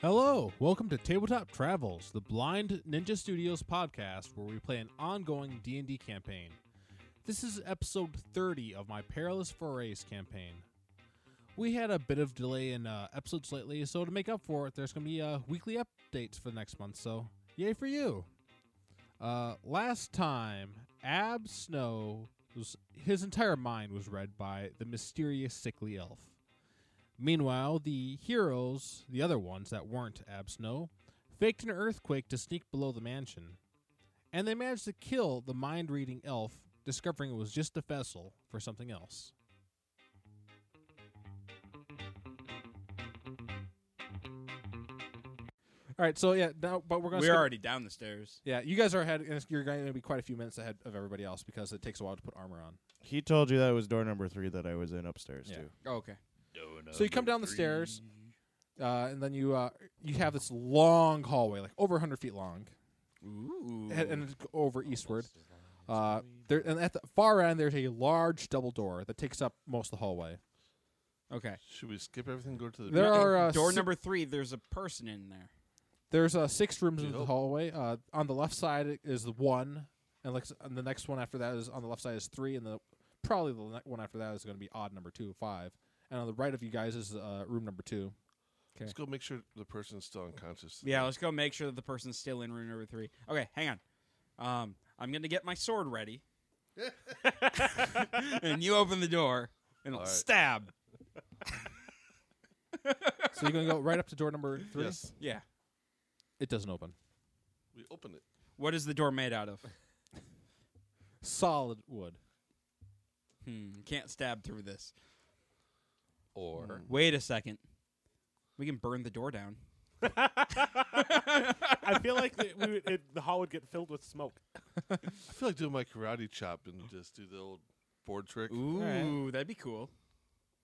Hello, welcome to Tabletop Travels, the Blind Ninja Studios podcast where we play an ongoing D&D campaign. This is episode 30 of my Perilous Forays campaign. We had a bit of delay in uh, episodes lately, so to make up for it, there's going to be uh, weekly updates for the next month, so yay for you. Uh, last time, Ab Snow, was, his entire mind was read by the mysterious sickly elf. Meanwhile, the heroes, the other ones that weren't Absno, faked an earthquake to sneak below the mansion. And they managed to kill the mind reading elf, discovering it was just a vessel for something else. All right, so yeah, now but we're gonna. We're skip- already down the stairs. yeah, you guys are ahead. and You're going to be quite a few minutes ahead of everybody else because it takes a while to put armor on. He told you that was door number three that I was in upstairs Yeah. too. Oh, okay. So you come down the stairs, uh, and then you uh, you have this long hallway, like over 100 feet long, Ooh. and, and it's over eastward. Uh, there, and at the far end, there's a large double door that takes up most of the hallway. okay. Should we skip everything? and Go to the There are uh, Door si- number three. There's a person in there. There's uh, six rooms in the Yep. hallway. Uh, on the left side is the one, and like and the next one after that is on the left side is three, and the probably the ne- one after that is going to be odd number two, five. And on the right of you guys is uh, room number two. Let's go make sure the person's still unconscious. Yeah, let's go make sure that the person's still in room number three. Okay, hang on. Um, I'm gonna get my sword ready, and you open the door and I'll right. stab. So you're going to go right up to door number three. Yes. Yeah. It doesn't open. We open it. What is the door made out of? Solid wood. Hmm, can't stab through this. Hmm. Or Wait a second. We can burn the door down. I feel like the, we, would- it, the hall would get filled with smoke. I feel like doing my karate chop and just do the old board trick. Ooh, right. that'd be cool.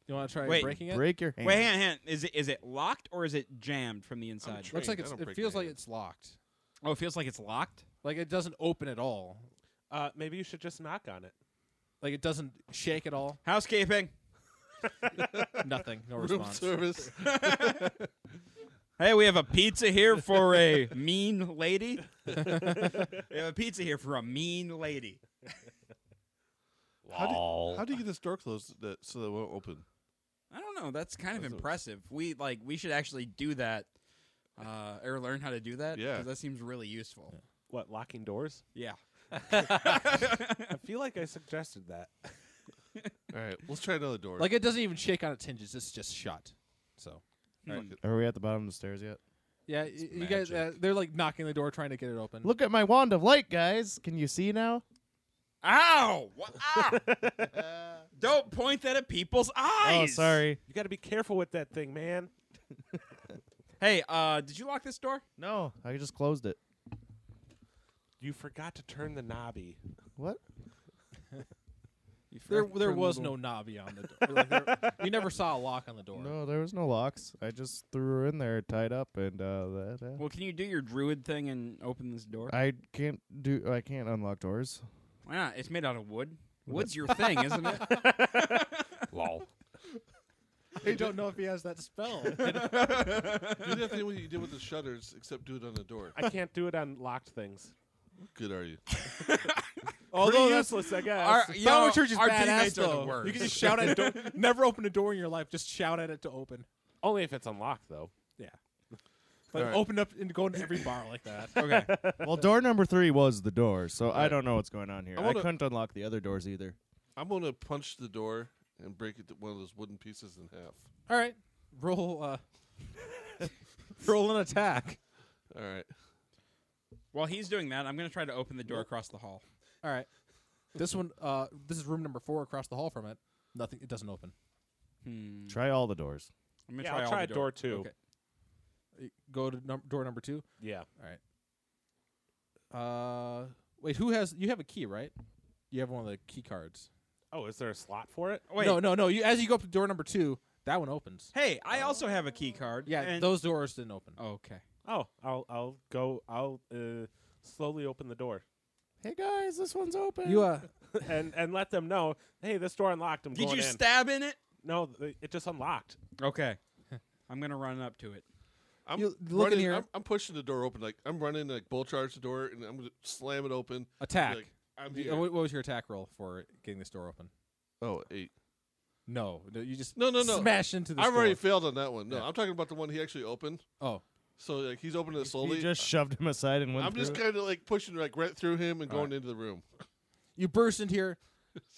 You want to try Wait, breaking it? Break your hand. Wait, hang on, hang on. Is it is it locked or is it jammed from the inside? trying- Looks like I it's, don't it break feels my like hand. it's locked. Oh, it feels like it's locked. Like it doesn't open at all. Uh, maybe you should just knock on it. Like it doesn't shake at all. Housekeeping. Nothing. No Room response. service. Hey, we have a pizza here for a mean lady. we have a pizza here for a mean lady. how, do, how do you get this door closed that, so that it won't open? I don't know. That's kind of That's a- impressive. We like we should actually do that uh, or learn how to do that. Yeah. 'cause that seems really useful. What, locking doors? Yeah. I feel like I suggested that. All right, let's try another door. Like it doesn't even shake on its hinges. It's just shut. So Are we at the bottom of the stairs yet? yeah, y- you guys, uh, they're like knocking the door trying to get it open. Look at my wand of light, guys. Can you see now? Ow! What- ow! don't point that at people's eyes. Oh, sorry. You got to be careful with that thing, man. Hey, uh, did you lock this door? No, I just closed it. You forgot to turn the knobby. What? You there, forgot to there turn the was little- no navi on the door. Like, there- you never saw a lock on the door. No, there was no locks. I just threw her in there, tied up, and uh, that. Uh, Well, can you do your druid thing and open this door? I can't do. I can't unlock doors. Why not? It's made out of wood. Wood's your thing, isn't it? I don't know if he has that spell. do that thing you did with the shutters, except do it on the door. I can't do it on locked things. What good are you? Although useless, I guess. Our- you know, our teammates are the worst. You can just shout at door. Never open a door in your life. Just shout at it to open. Only if it's unlocked, though. Yeah. But All right. open up and go into every bar like that. Okay. well, door number three was the door, so I don't know what's going on here. I I, wanna- couldn't unlock the other doors either. I'm gonna punch the door and break it to one of those wooden pieces in half. All right, roll. Uh, roll an attack. All right. While he's doing that, I'm going to try to open the door across the hall. All right, this one. Uh, this is room number four across the hall from it. Nothing. It doesn't open. Mm. Try all the doors. Hmm. I'm going to Yeah, try, I'll all try the door two. Okay. Go to num- door number two. Yeah. All right. Uh, wait. Who has? You have a key, right? You have one of the key cards. Oh, is there a slot for it? Wait. No, no, no. You as you go up to door number two, that one opens. Hey, I also have a key card. Oh. Yeah, and- those doors didn't open. Okay. Oh, I'll I'll go. I'll uh, slowly open the door Hey guys, this one's open. You uh, and and let them know. Hey, this door unlocked. I'm Did going you in. stab in it? no, th- it just unlocked. Okay. I'm going to run up to it. I'm You look in running, here. I'm, I'm pushing the door open. Like I'm running, like bull charge the door, and I'm gonna slam it open. Attack. Like, I'm Y- here. What what was your attack roll for getting this door open? oh, eight. No, no, you just No, no, no. smash into the I've already door. failed on that one. No, Yeah. I'm talking about the one he actually opened. Oh, So like he's opening it You slowly. just shoved him aside and went I'm just through. kind of like pushing like right through him and All going into the room. you burst into here.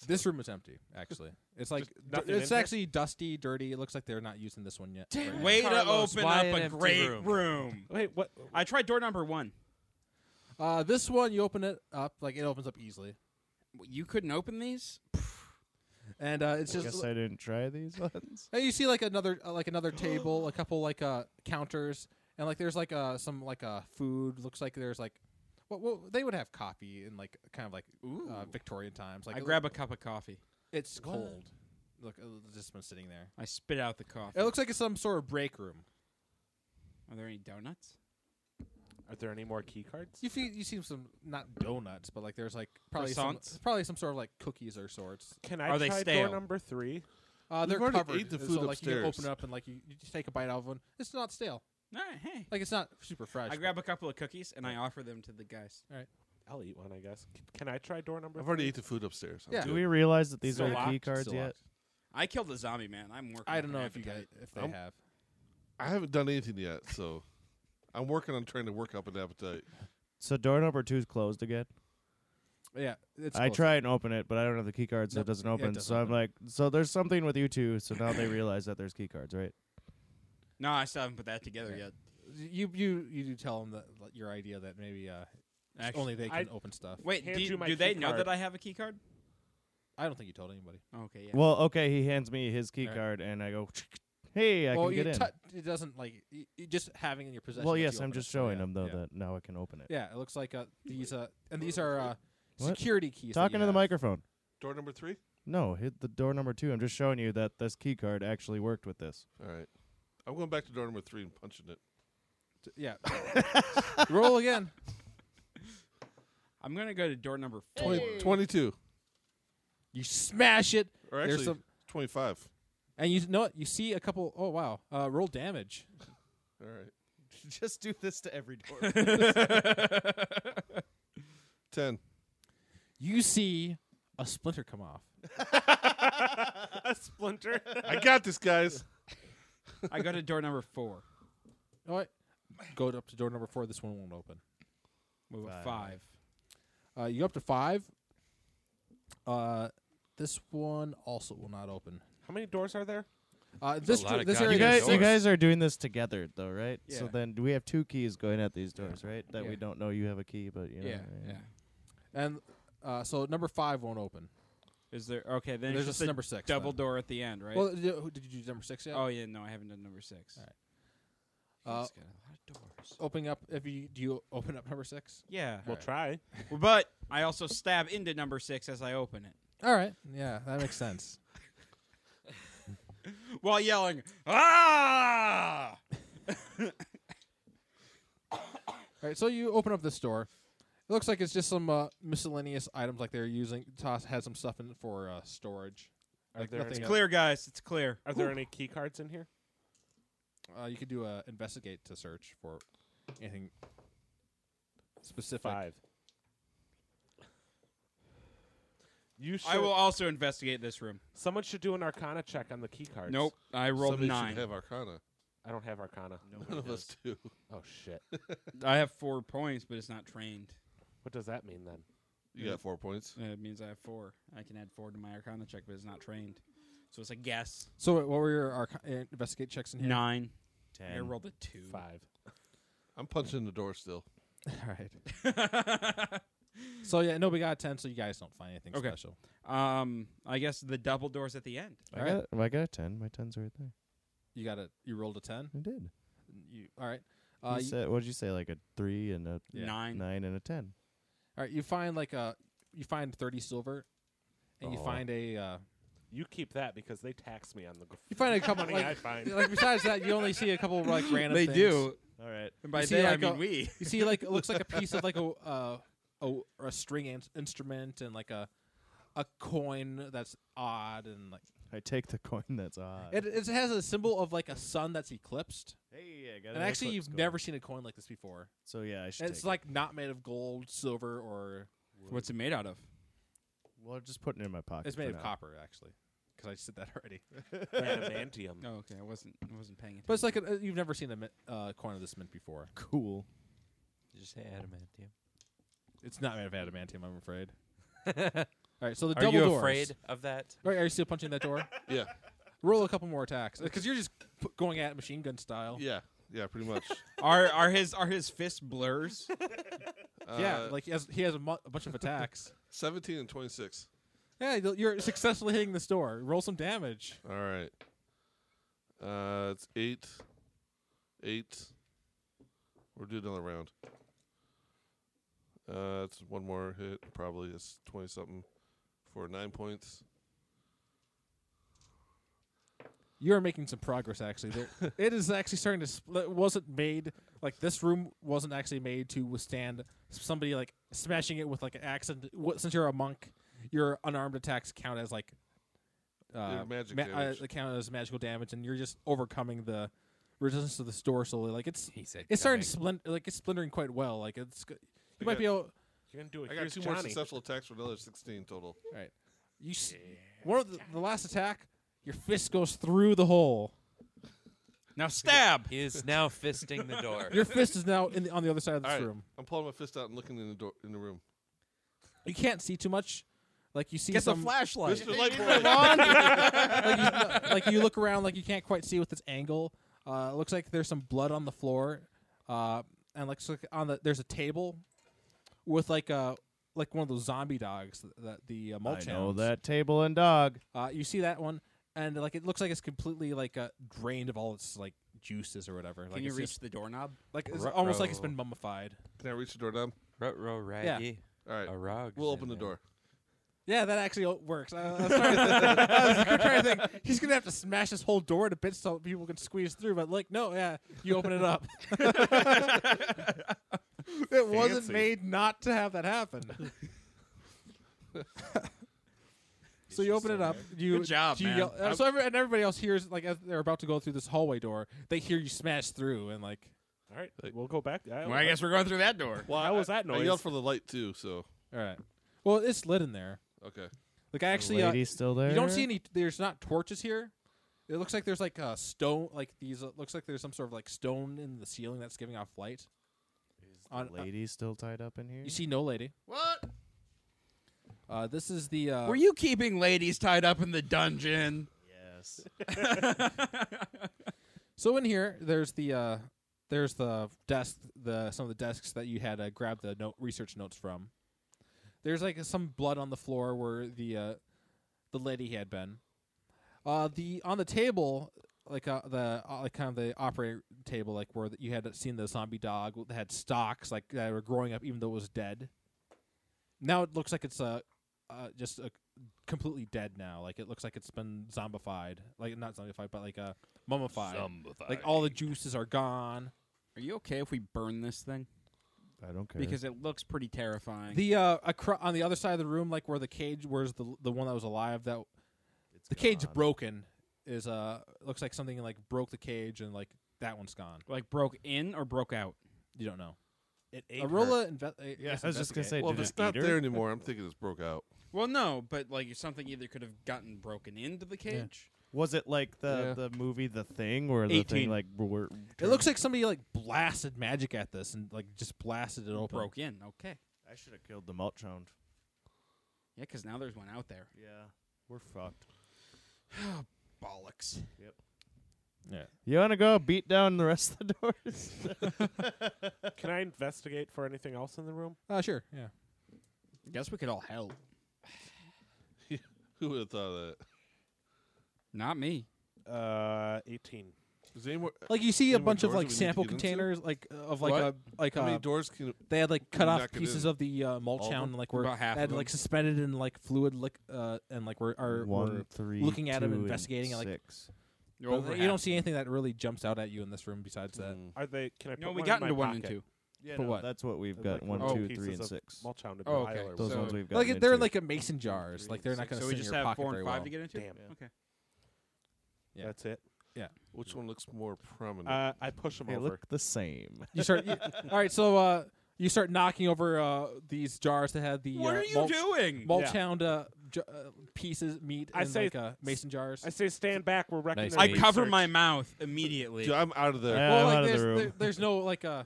This room is empty. Actually, it's like Just nothing it's in here? actually dusty, dirty. It looks like they're not using this one yet. right now. Way Carlos, to open why up an a empty great room? room. Wait, what? I tried door number one. Uh, this one you open it up like it opens up easily, You couldn't open these? and uh, it's I just guess I didn't try these ones. And you see like another uh, like another table, a couple like uh counters, and like there's like uh some like uh food. Looks like there's like what well, they would have coffee in like kind of like uh, Ooh. Victorian times. Like I grab a cup of coffee. It's What? cold. Look, uh, it's just been sitting there. I spit out the coffee. It looks like it's some sort of break room. Are there any donuts? Are there any more key cards? You feel, you see some not donuts, but like there's like probably some, Croissants? probably some sort of like cookies or sorts. Can I Are they try stale? door number three? Uh, they're We've already covered. ate the so, food like you can open upstairs. it up and like you, you just take a bite out of one. It's not stale. All right, hey. Like it's not super fresh. I grab a couple of cookies and I offer them to the guys. I'll eat one, I guess. C- Can I try door number? I've already three? ate the food upstairs. I'm Yeah. Do good. we realize that these Still are the locked? key cards Still yet? locked. I killed a zombie man. I'm working. I don't up an know if you guys appetite. if they I'm- have. I haven't done anything yet, so I'm working on trying to work up an appetite. So door number two's closed again. Yeah, it's. I close. try and open it, but I don't have the key card, so Nope. it doesn't Yeah, it open. doesn't so I'm open. like, so there's something with you two. So now they realize that there's key cards, right? No, I still haven't put that together Yeah. yet. You you you do tell them that like, your idea that maybe uh Actually, only they can I- open stuff. Wait, Hand do, you my do they key know card. that I have a key card? Oh, I don't think you told anybody. Okay, yeah. Well, okay. He hands me his key Alright. card, and I go, "Hey, I well, can you get in." tou- it doesn't like y y- just having it in your possession. well, lets yes, you I'm open just it, so showing yeah, him though yeah. that now I can open it. Yeah, it looks like uh these uh and these are uh What? security keys. that Talking you to the have. microphone. Door number three. No, hit the door number two. I'm just showing you that this key card actually worked with this. All right, I'm going back to door number three and punching it. T- Yeah. Roll again. I'm going to go to door number four. 20, 22, You smash it, or There's actually some- 25. and you know what? You see a couple. Oh wow! Uh, roll damage. All right, just do this to every door. 10. You see a splinter come off. a splinter. I got this, guys. I go to door number four. All right, go up to door number four. This one won't open. Move Five. up five. Uh, you go up to five. Uh, this one also will not open. How many doors are there? Uh, this lot dr- of this goddamn area you guys, you doors. guys are doing this together though, right? So Yeah. then we have two keys going at these doors, right? That Yeah. we don't know you have a key, but you know. yeah, yeah. and uh, so number five won't open. Is there okay? Then There's it's just just a number six, double then. door at the end, right? Well, did you, did you do number six yet? oh yeah, no, I haven't done number six. All right. You Uh, guys got a lot of doors. opening up. If you do, you open up number six. Yeah, We'll Alright. try. Well, but I also stab into number six as I open it All right. Yeah, that makes sense. while yelling ah. All right. So you open up this door. It looks like it's just some uh, miscellaneous items, like they're using. Toss has some stuff in it for uh, storage. Are Like there nothing any, else. Clear, guys, it's clear. Are there any key cards in here? Uh, you could do a investigate to search for anything specific. Five. You should. I will also investigate this room. Someone should do an Arcana check on the key cards. Nope, I rolled Somebody nine. should have Arcana. I don't have Arcana. None of us do. Oh shit. I have four points, but it's not trained. what does that mean then? You got four points. Uh, It means I have four. I can add four to my Arcana check, but it's not trained, so it's a guess. So what were your archi- uh, investigate checks in here? Nine. I Ten. rolled a two. Five. I'm punching the door still. All right. So yeah, nobody got a ten, so you guys don't find anything Okay. special. um, I guess the double doors at the end. I All right. got, I got a ten. My ten's right there. You got a you rolled a ten. I did. You all right? You Uh, you- said, what did you say? Like a three and a Yeah. Nine. nine and a ten. all right. You find like a you find thirty silver, and you Oh. find a uh, You keep that because they tax me on the. you find a couple money I like, find. like besides that you only see a couple like random. They things. do. All right. And by You see, they, I like, mean a- we. You see like it looks like a piece of like a uh, a, a string in- instrument and like a a coin that's odd and like I take the coin that's odd. It, it has a symbol of like a sun that's eclipsed, hey, I got and actually you've never seen a coin like this before. So yeah, I should. And it's take it. like not made of gold, silver, or What's it made out of? well, I'm just putting it in my pocket. it's made for of now. copper actually, because I said that already. Oh, okay. I wasn't. I wasn't paying attention. But it's like a, you've never seen a mi- uh, coin of this mint before. Cool. Just say adamantium. It's not made of adamantium, I'm afraid. All right, so the Are double you doors. afraid of that? All right, are you still punching that door? Yeah, Roll a couple more attacks because you're just p- going at it machine gun style. yeah, yeah. Pretty much. are are his are his fist blurs? Yeah, Uh, like he has he has a, mu- a bunch of attacks. seventeen and twenty-six. yeah, you'll- you're successfully hitting this door. Roll some damage. All right. Uh, it's eight, eight. We'll do another round. Uh, it's one more hit. Probably it's twenty something for nine points. You're making some progress actually. There, it is actually starting to split. Wasn't made like this room wasn't actually made to withstand somebody like smashing it with like an axe. And wh- since you're a monk, your unarmed attacks count as like uh, They're magic ma- damage. uh, count as magical damage, and you're just overcoming the resistance of this door slowly. Like it's He said. it's starting to splint like it's splintering quite well. Like it's go- you might got- be able. You're gonna do it. I got Here's two more Johnny. successful attacks for another sixteen total. You s- one of the, the last attack, your fist goes through the hole. Now stab. He is now fisting the door. Your fist is now in the, on the other side of this All right. room. I'm pulling my fist out and looking in the door in the room. You can't see too much. Like you see Get the some flashlight. Mr. Lightboy, like, you, like you look around like you can't quite see with this angle. Uh, it looks like there's some blood on the floor, uh, and like, so, like on the there's a table with like a like one of those zombie dogs that, that the uh, mulch I know hounds. that table and dog. Uh, you see that one, and like it looks like it's completely like uh, drained of all its like juices or whatever. Like Can you it's reach just- the doorknob? like it's Ruh-roh. almost like it's been mummified. can I reach the door doorknob? Ruh-roh raggy. uh, All right, A rug. we'll open the door. Yeah, that actually o- works. I, I was trying to, I was trying to think he's gonna have to smash this whole door to bits so people can squeeze through. But like, no, yeah, you open it up. it wasn't Fancy. made not to have that happen. so you open it up. You Good job, do you man. yell- uh, I'm- so every, and everybody else hears like as they're about to go through this hallway door, they hear you smash through and like. All right, we'll go back. Well, I guess we're going through that door. Well, how was that I noise? yelled for the light too. So All right. Well, it's lit in there. okay, Like I actually, the uh, lady's still there. You don't see any. There's not torches here. It looks like there's like a stone, like these. Uh, looks like there's some sort of like stone in the ceiling that's giving off light. On uh, Lady still tied up in here. you see no lady. What? Uh, this is the. Uh, Were you keeping ladies tied up in the dungeon? Yes. so in here? There's the. Uh, there's the desk. The some of the desks that you had uh, grabbed the note, research notes from. There's like some blood on the floor where the uh, the lady had been. Uh, the on the table, like uh, the uh, like kind of the operator table, like where you had seen the zombie dog that had stalks like that were growing up even though it was dead. Now it looks like it's uh, uh, just uh, completely dead now. Like it looks like it's been zombified, like not zombified, but like uh, mummified. Like all the juices are gone. Are you okay if we burn this thing? I don't care. Because it looks pretty terrifying. The uh, acro- on the other side of the room, like where the cage, where's the the one that was alive that It's the cage gone. broken is uh looks like something like broke the cage and like that one's gone. like broke in or broke out. You don't know. It ate her. Arola inve- I Yeah, guess I was just gonna investigate. say. well, if did it's it not eat her? there anymore, I'm thinking it's broke out. Well, no, but like something either could have gotten broken into the cage. Was it like the the movie The Thing where the 18. thing like were, It looks like somebody like blasted magic at this and like just blasted it open. Broke in. Okay. I should have killed the mulch hound. Yeah, because now there's one out there. Yeah, we're fucked. Bollocks. You want to go beat down the rest of the doors? Can I investigate for anything else in the room? Uh, sure. Yeah. Guess we could all help. Who would have thought of that? Not me. Uh, eighteen. Is there any more? Like you see How a many bunch of doors like do we need to sample get into? containers, like uh, of like What? a like How many uh, doors can? they had like cut off knock it pieces in? of the uh, mulch All of hound, them? like were About half they had of like them. suspended in like fluid, like uh, and like we're are One, three, looking at 'em, two, and investigating, and, like- six. we're, but you don't see anything that really jumps out at you in this room besides that. Mm-hmm. Mm. Are they? Can I? No, put we one got in my into one and pocket? two. Yeah, For no, what? that's what we've Like got. one, little two, pieces three, and of six. Mulch hound in Oh, my okay. aisle or Those So- whatever. ones we've got. Like they're like a mason jars, Three like and they're six. not going to So sit we in just your have pocket four very and five well. to get into. Damn. Okay. Yeah. That's it. Which one looks more prominent? Uh, I push them They over. look the same. You start. you- all right, so uh, you start knocking over uh, these jars that had the what uh, are you mulch, doing? mulch hound uh, j- uh, pieces, meat, I in say- like uh, mason jars. I say stand back. We're wrecking. Nice their I Research. meat. cover my mouth immediately. Dude, I'm out of there. Yeah, well, I'm like, out of the there's, room. there- there's no like uh,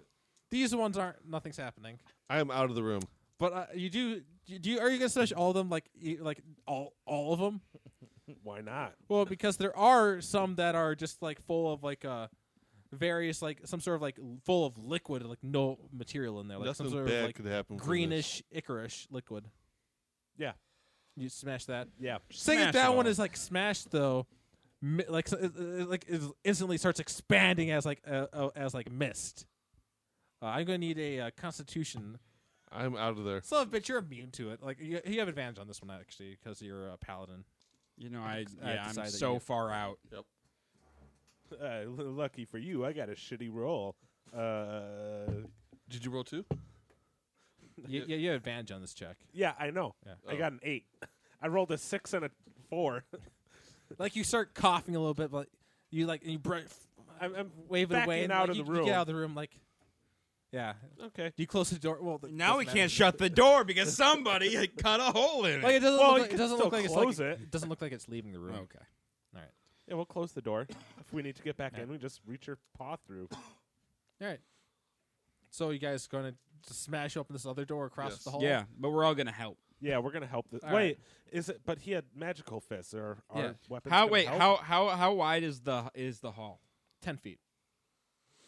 these ones aren't nothing's happening. I'm out of the room. But uh, you do you- do you are you gonna smash all of them like e- like all all of them? Why not? Well, because there are some that are just like full of like uh various like some sort of like l- full of liquid like no material in there like Nothing some sort bad of like could happen. from greenish icorish liquid. Yeah. You smash that. Yeah. Second Smash that it one all. is like smashed though, mi- like so- it- it- like it instantly starts expanding as like uh, uh, as like mist. Uh, I'm gonna need a uh, Constitution. this. I'm out of there. So, but you're immune to it. Like you, you have advantage on this one actually because you're a paladin. you know, I, I yeah, I'm decided so you- far out. Uh, l- lucky for you, I got a shitty roll. Uh, Did you roll two? You, yeah, you have advantage on this check. yeah, I know. Yeah. I got an eight. I rolled a six and a four. Like you start coughing a little bit, but you like and you br- I'm, I'm wave it backing away and out like, of you, the you room. get out of the room. Like, yeah. Okay. Do you close the door? Well, th- Now doesn't we matter. can't shut the door because somebody had cut a hole in Like it. it doesn't. Well, look you like, it can doesn't still look like it's close like, it. doesn't look like it's leaving the room. Okay. Yeah, we'll close the door. If we need to get back Yeah. in, we just reach your paw through. All right. So you guys going to smash open this other door across Yes. the hall? Yeah, but we're all gonna help. Yeah, we're gonna help. This. All wait, right. is it? But he had magical fists. Or our Yeah. weapons. How? gonna Wait. help? How? How? How wide is the is the hall? Ten feet.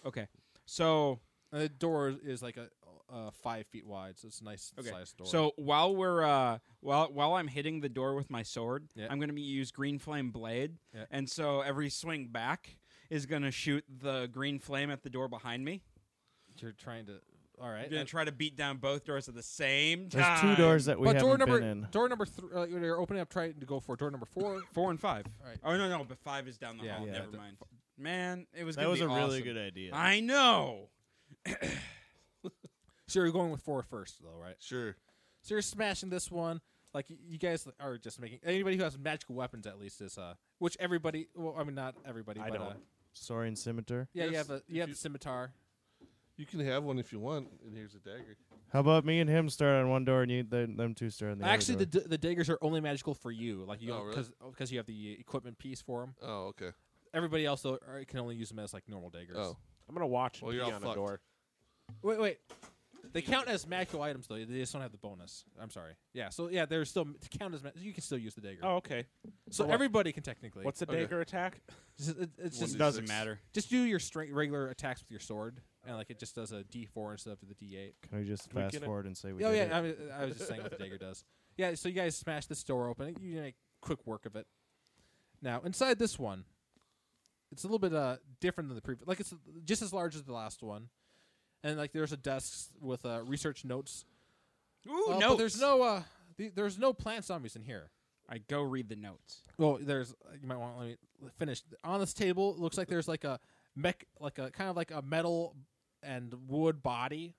Okay. So And the door is like a uh, five feet wide, so it's a nice Okay. sized door. so while we're uh while while I'm hitting the door with my sword, Yeah. I'm gonna be- use green flame blade, Yeah. and so every swing back is gonna shoot the green flame at the door behind me. you're trying to. All I'm right. gonna Uh, try to beat down both doors at the same time. There's two doors that we but haven't door number been in. door number three. Uh, you're opening up, trying to go for door number four. Four and five. All right. Oh no no, but five is down the Yeah, hall. yeah, Never the- mind. Man, it was. That gonna was be a really awesome. good idea. I know. So you're going with four first, though, right? Sure. So you're smashing this one. Like y- you guys are just making anybody who has magical weapons at least is uh, which everybody. Well, I mean not everybody, I but don't. uh, Saurian Scimitar. yeah, you Yes, have a if you have you- the scimitar. You can have one if you want. And here's a dagger. How about me and him start on one door and you them, them two start on the Actually, other the, door? d- the daggers are only magical for you, like you Oh, really? because you have the equipment piece for them. Oh, okay. Everybody else though, are, can only use them as like normal daggers. Oh, I'm gonna watch Well, and you're pee all on a fucked. door. Wait, wait. They count as magical items though. They just don't have the bonus. I'm sorry. Yeah. So yeah, they're still to count as ma- you can still use the dagger. Oh, okay. so what? everybody can technically. What's a Okay. dagger attack? Just- it- it's One just d Doesn't six. matter. just do your straight regular attacks with your sword, and like it just does a D4 instead of the D8. Can we just we fast get a- forward and say we oh did yeah, it? I, was- I was just saying what the dagger does. Yeah, so you guys smash this door open. You make quick work of it. Now inside this one, it's a little bit uh different than the previous. Like it's just as large as the last one, and like there's a desk with uh, research notes. Oh, Ooh, Uh, notes. But there's no uh, the, there's no plant zombies in here. I go read the notes. Well, there's uh, you might want to let me finish on this table. It looks like there's like a mech, like a kind of like a metal and wood body.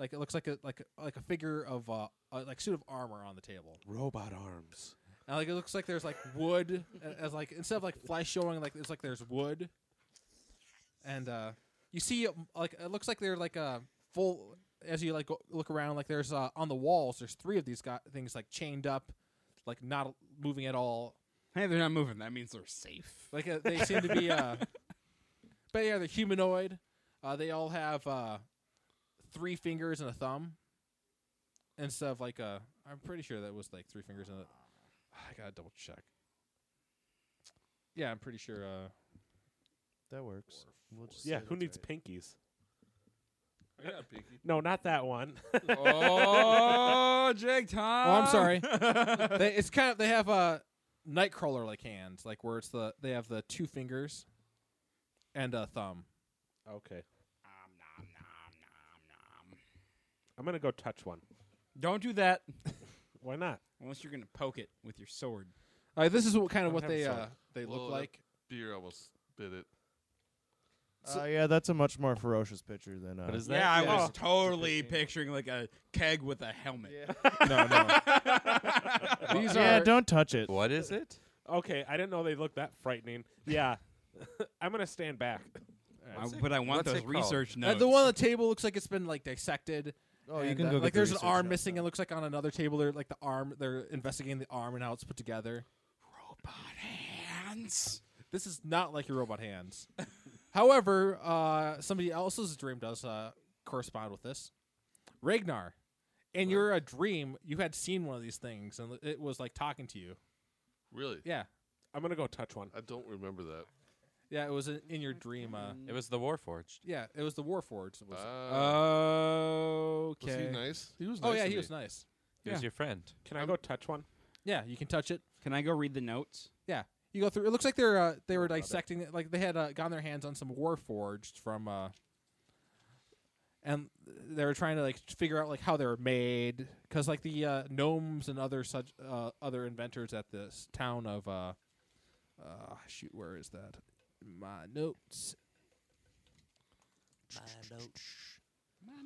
Like it looks like a like a- like a figure of uh, a like suit of armor on the table. Robot arms. And like it looks like there's like wood a- as like instead of like flesh showing like it's like there's wood. And uh you see um, like it looks like they're like a full as you like go, look around like there's uh, on the walls there's three of these guy things like chained up like not moving at all Hey, they're not moving. That means they're safe. like uh, they seem to be, uh, but yeah, they're humanoid. Uh, they all have uh, three fingers and a thumb, and stuff like uh, I'm pretty sure that was like three fingers and a. I gotta double check. Yeah, I'm pretty sure. Uh, That works. We'll just Yeah. say Who that's needs right. pinkies? I got a pinky. No, not that one. oh, Jake Tom. oh, I'm sorry. they, it's kind of they have uh, nightcrawler like hands, like where it's the they have the two fingers and a thumb. okay. I'm gonna go touch one. Don't do that Why not? unless you're gonna poke it with your sword. All right, this is what kind of don't what have a they sword. uh, they Well, look that- like. Beer almost bit it. So- Uh, yeah, that's a much more ferocious picture than. Uh, is Yeah, I Yeah. was totally picturing like a keg with a helmet. no, no. These yeah, are don't touch it. What is it? Okay, I didn't know they looked that frightening. Yeah, I'm gonna stand back. I- but I want what's those it called? research Uh, notes. the one on the table looks like it's been like dissected. Oh, you and, can uh, go. like there's an arm missing. It looks like on another table, they're like the arm. They're investigating the arm and how it's put together. robot hands. This is not like your robot hands. However, uh, somebody else's dream does uh, correspond with this. Ragnar, in your uh, dream, you had seen one of these things, and it was like talking to you. Really? Yeah, I'm gonna go touch one. I don't remember that. yeah, it was in, in your dream. Uh, It was the Warforged. yeah, it was the Warforged. It was, Ah, Uh, okay. was he nice? He was nice. oh yeah, to he me. was nice. He was Yeah. your friend. Can I go touch one? Yeah, you can touch it. Can I go read the notes? You go through. It looks like they're uh, they were Forgot it. dissecting it. Like they had uh, gotten their hands on some war forged from, uh, and they were trying to like figure out like how they were made because like the uh, gnomes and other such uh, other inventors at this town of uh, uh, shoot where is that my notes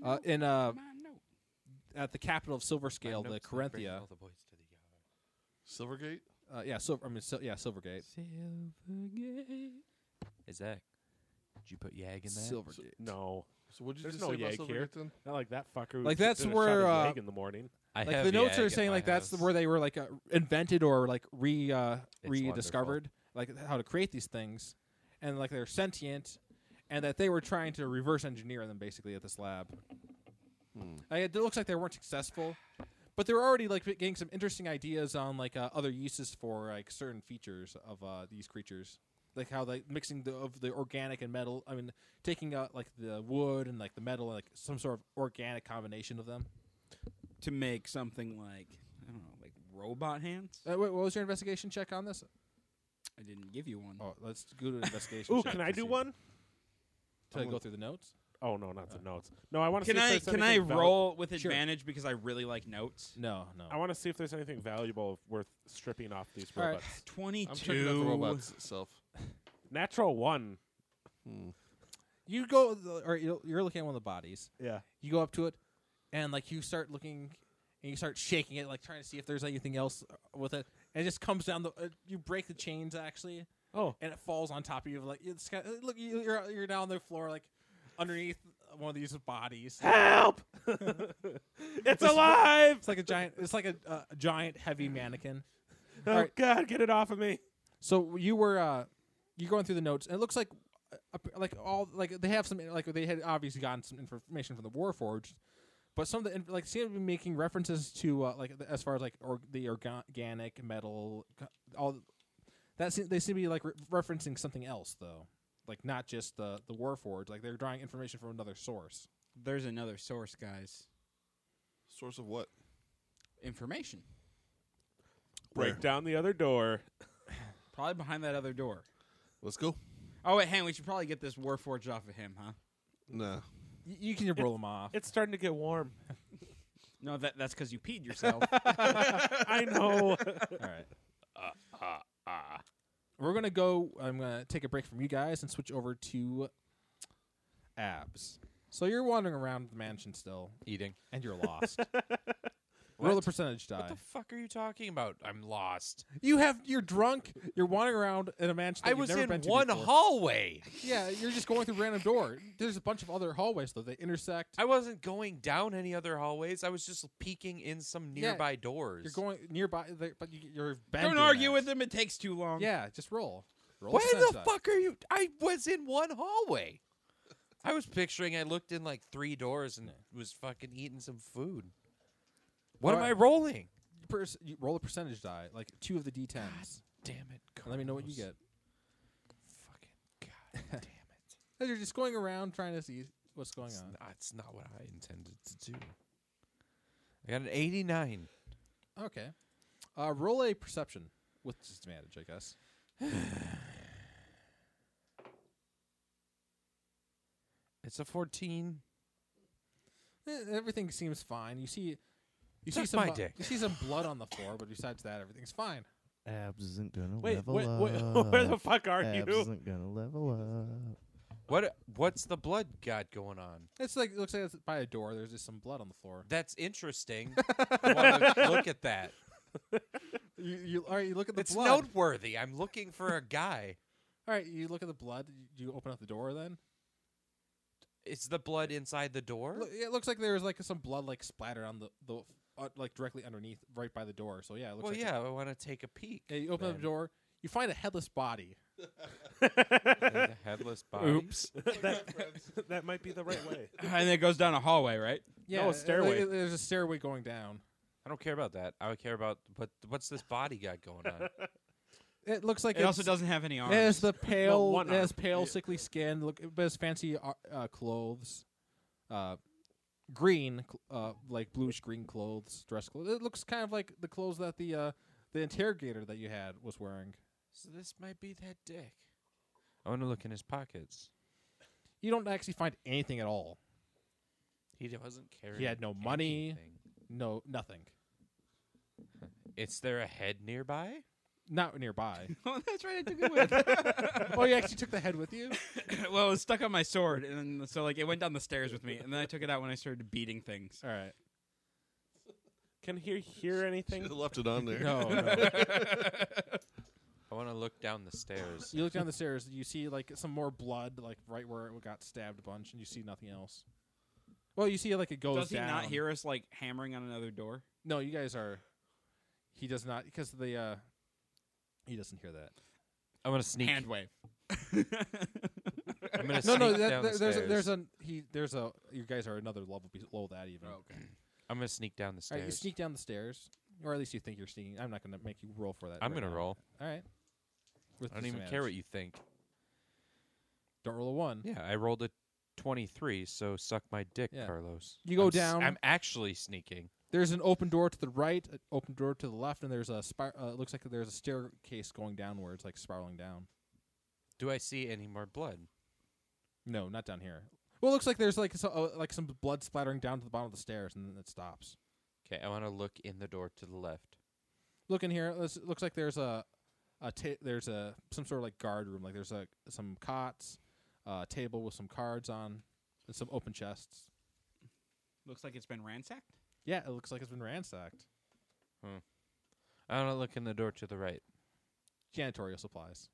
uh, in uh at the capital of Silver Scale the Corinthia Silvergate. uh, yeah silver I mean sil- yeah Silvergate Silvergate. Hey, Zach, did you put Yag in that? Silvergate No, So what did you There's just no say about yag Silvergate here. then? not like that fucker. who Like, just that's did a where, shot of uh, leg in the morning. I like have the notes Yag are at saying my like that's house. where they were like uh, invented or like re uh, It's rediscovered like how to create these things and like they're sentient and that they were trying to reverse engineer them basically at this lab Hmm. Like, it looks like they weren't successful but they were already like getting some interesting ideas on like uh, other uses for like certain features of uh, these creatures like how like mixing the of the organic and metal i mean taking out like the wood and like the metal and like some sort of organic combination of them To make something like I don't know, like robot hands. uh, wait, what was your investigation check on this I didn't give you one. Oh, let's go to an investigation. Ooh, check can to I do see- one? To I'm go gonna- through the notes? Oh no, not the notes. No, I want to. Can see I If there's can I anything val- roll with Sure. advantage because I really like notes? No, no. I want to see if there's anything valuable worth stripping off these All right. robots. I'm checking out the Twenty-two. robots itself. Natural one. Hmm. you go, th- or you'll- you're looking at one of the bodies. Yeah. You go up to it, and like you start looking, and you start shaking it, like trying to see if there's anything else uh, with it. And it just comes down the. Uh, you break the chains actually, Oh, and it falls on top of you. Like it's kind of, look, you- you're you're down on the floor, like underneath one of these bodies. help! it's alive! It's like a giant. It's like a uh, giant heavy mannequin. Oh Alright. God, get it off of me! So you were uh, you going through the notes, and it looks like uh, up- like all like they have some like they had obviously gotten some information from the Warforged, but some of the in- like seem to be making references to uh, like the, as far as like or, the orga- organic metal co- all that seem, they seem to be like re- referencing something else though, like not just the the Warforged. Like they're drawing information from another source. There's another source, guys. Source of what? Information Break down the other door. probably behind that other door. Let's go. Oh wait, hang. on, We should probably get this warforged off of him, huh? Nah. Y- you can roll them off. It's starting to get warm. No, that that's because you peed yourself. I All know. right. We're gonna go. I'm gonna take a break from you guys and switch over to abs. So you're wandering around the mansion still, Eating. and you're lost. Roll the percentage die. What the fuck are you talking about? I'm lost. you have. You're drunk. You're wandering around in a mansion. that I you've was never in been to one before. hallway. Yeah, you're just going through random door. There's a bunch of other hallways though. They intersect. I wasn't going down any other hallways. I was just peeking in some Yeah, nearby doors. You're going nearby, there, but you, you're. Don't argue with him. It takes too long. Yeah, just roll. roll Why percentage the die. fuck are you? I was in one hallway. I was picturing I looked in like three doors and was fucking eating some food. What am Alright. I rolling? Pers- you roll a percentage die, like two of the d10s. Damn it! and let me know what you Carlos. get. Fucking god damn it! As You're just going around trying to see what's going It's on. not, it's not what I intended to do. I got an 89. Okay. Uh, roll a perception with disadvantage, I guess. It's a 14. Eh, Everything seems fine. You see, you see Suck some my uh, dick. you see some blood on the floor, but besides that, everything's fine. Abs isn't gonna Wait, level wait, wait, up. where the fuck are Abs you? isn't gonna level up. What? What's the blood got going on? It's like looks like it's by a door. There's just some blood on the floor. That's interesting. I want to look at that. You, you all right? You look at the It's blood. noteworthy. I'm looking for a guy. all right, you look at the blood. You open up the door. Then Is the blood inside the door? Lo- yeah, it looks like there was like some blood like splattered on the the uh, like directly underneath, right by the door. So yeah, it looks well, like yeah, I want to take a peek. Yeah, you open up then. the door. You find a headless body. There's a headless body. Oops. that, that might be the right way. and then it goes down a hallway, right? Yeah, a it- stairway. it- there's a stairway going down. I don't care about that. I would care about what what's this body got going on? It looks like It also it's- doesn't have any arms. It has the pale, one it has arm. pale, sickly skin. Look, but it's fancy ar- uh, clothes, uh, green, cl- uh, like bluish green clothes, dress clothes. It looks kind of like the clothes that the uh, the interrogator that you had was wearing. so this might be that dick. I want to look in his pockets. You don't actually find anything at all. He d- wasn't carrying. had no money. anything. No, nothing. Is there a head nearby? Not nearby. oh, that's right. I took it with. oh, you actually took the head with you. well, it was stuck on my sword, and then, so like it went down the stairs with me, and then I took it out when I started beating things. All right. Can he hear anything? Should've left it on there. No, no. I want to look down the stairs. you look down the stairs. You see like some more blood, like right where it got stabbed a bunch, and you see nothing else. Well, you see like it goes Does he down. not hear us like hammering on another door? No, you guys are. He does not because the. uh He doesn't hear that. I want to sneak. Hand wave. I'm gonna No, sneak no. down That, there- there's a, the stairs. there's a he there's a you guys are another level below that even. okay. I'm gonna sneak down the All stairs. right, you sneak down the stairs, or at least you think you're sneaking. I'm not going to make you roll for that. I'm right gonna now. roll. All right. With I don't even care what you think. Don't roll a one. Yeah, I rolled a 23, so suck my dick, Yeah. Carlos. You go I'm s- down. I'm actually sneaking. There's an open door to the right, an open door to the left, and there's a spir- uh, it looks like there's a staircase going downwards, like spiraling down. Do I see any more blood? No, not down here. Well, it looks like there's like so, uh, like some blood splattering down to the bottom of the stairs, and then it stops. Okay, I want to look in the door to the left. look in here. It looks like there's a, a ta- there's a some sort of like guard room. Like there's a some cots, a table with some cards on, and some open chests. Looks like it's been ransacked. Yeah, it looks like it's been ransacked. I want to look in the door to the right. Janitorial supplies.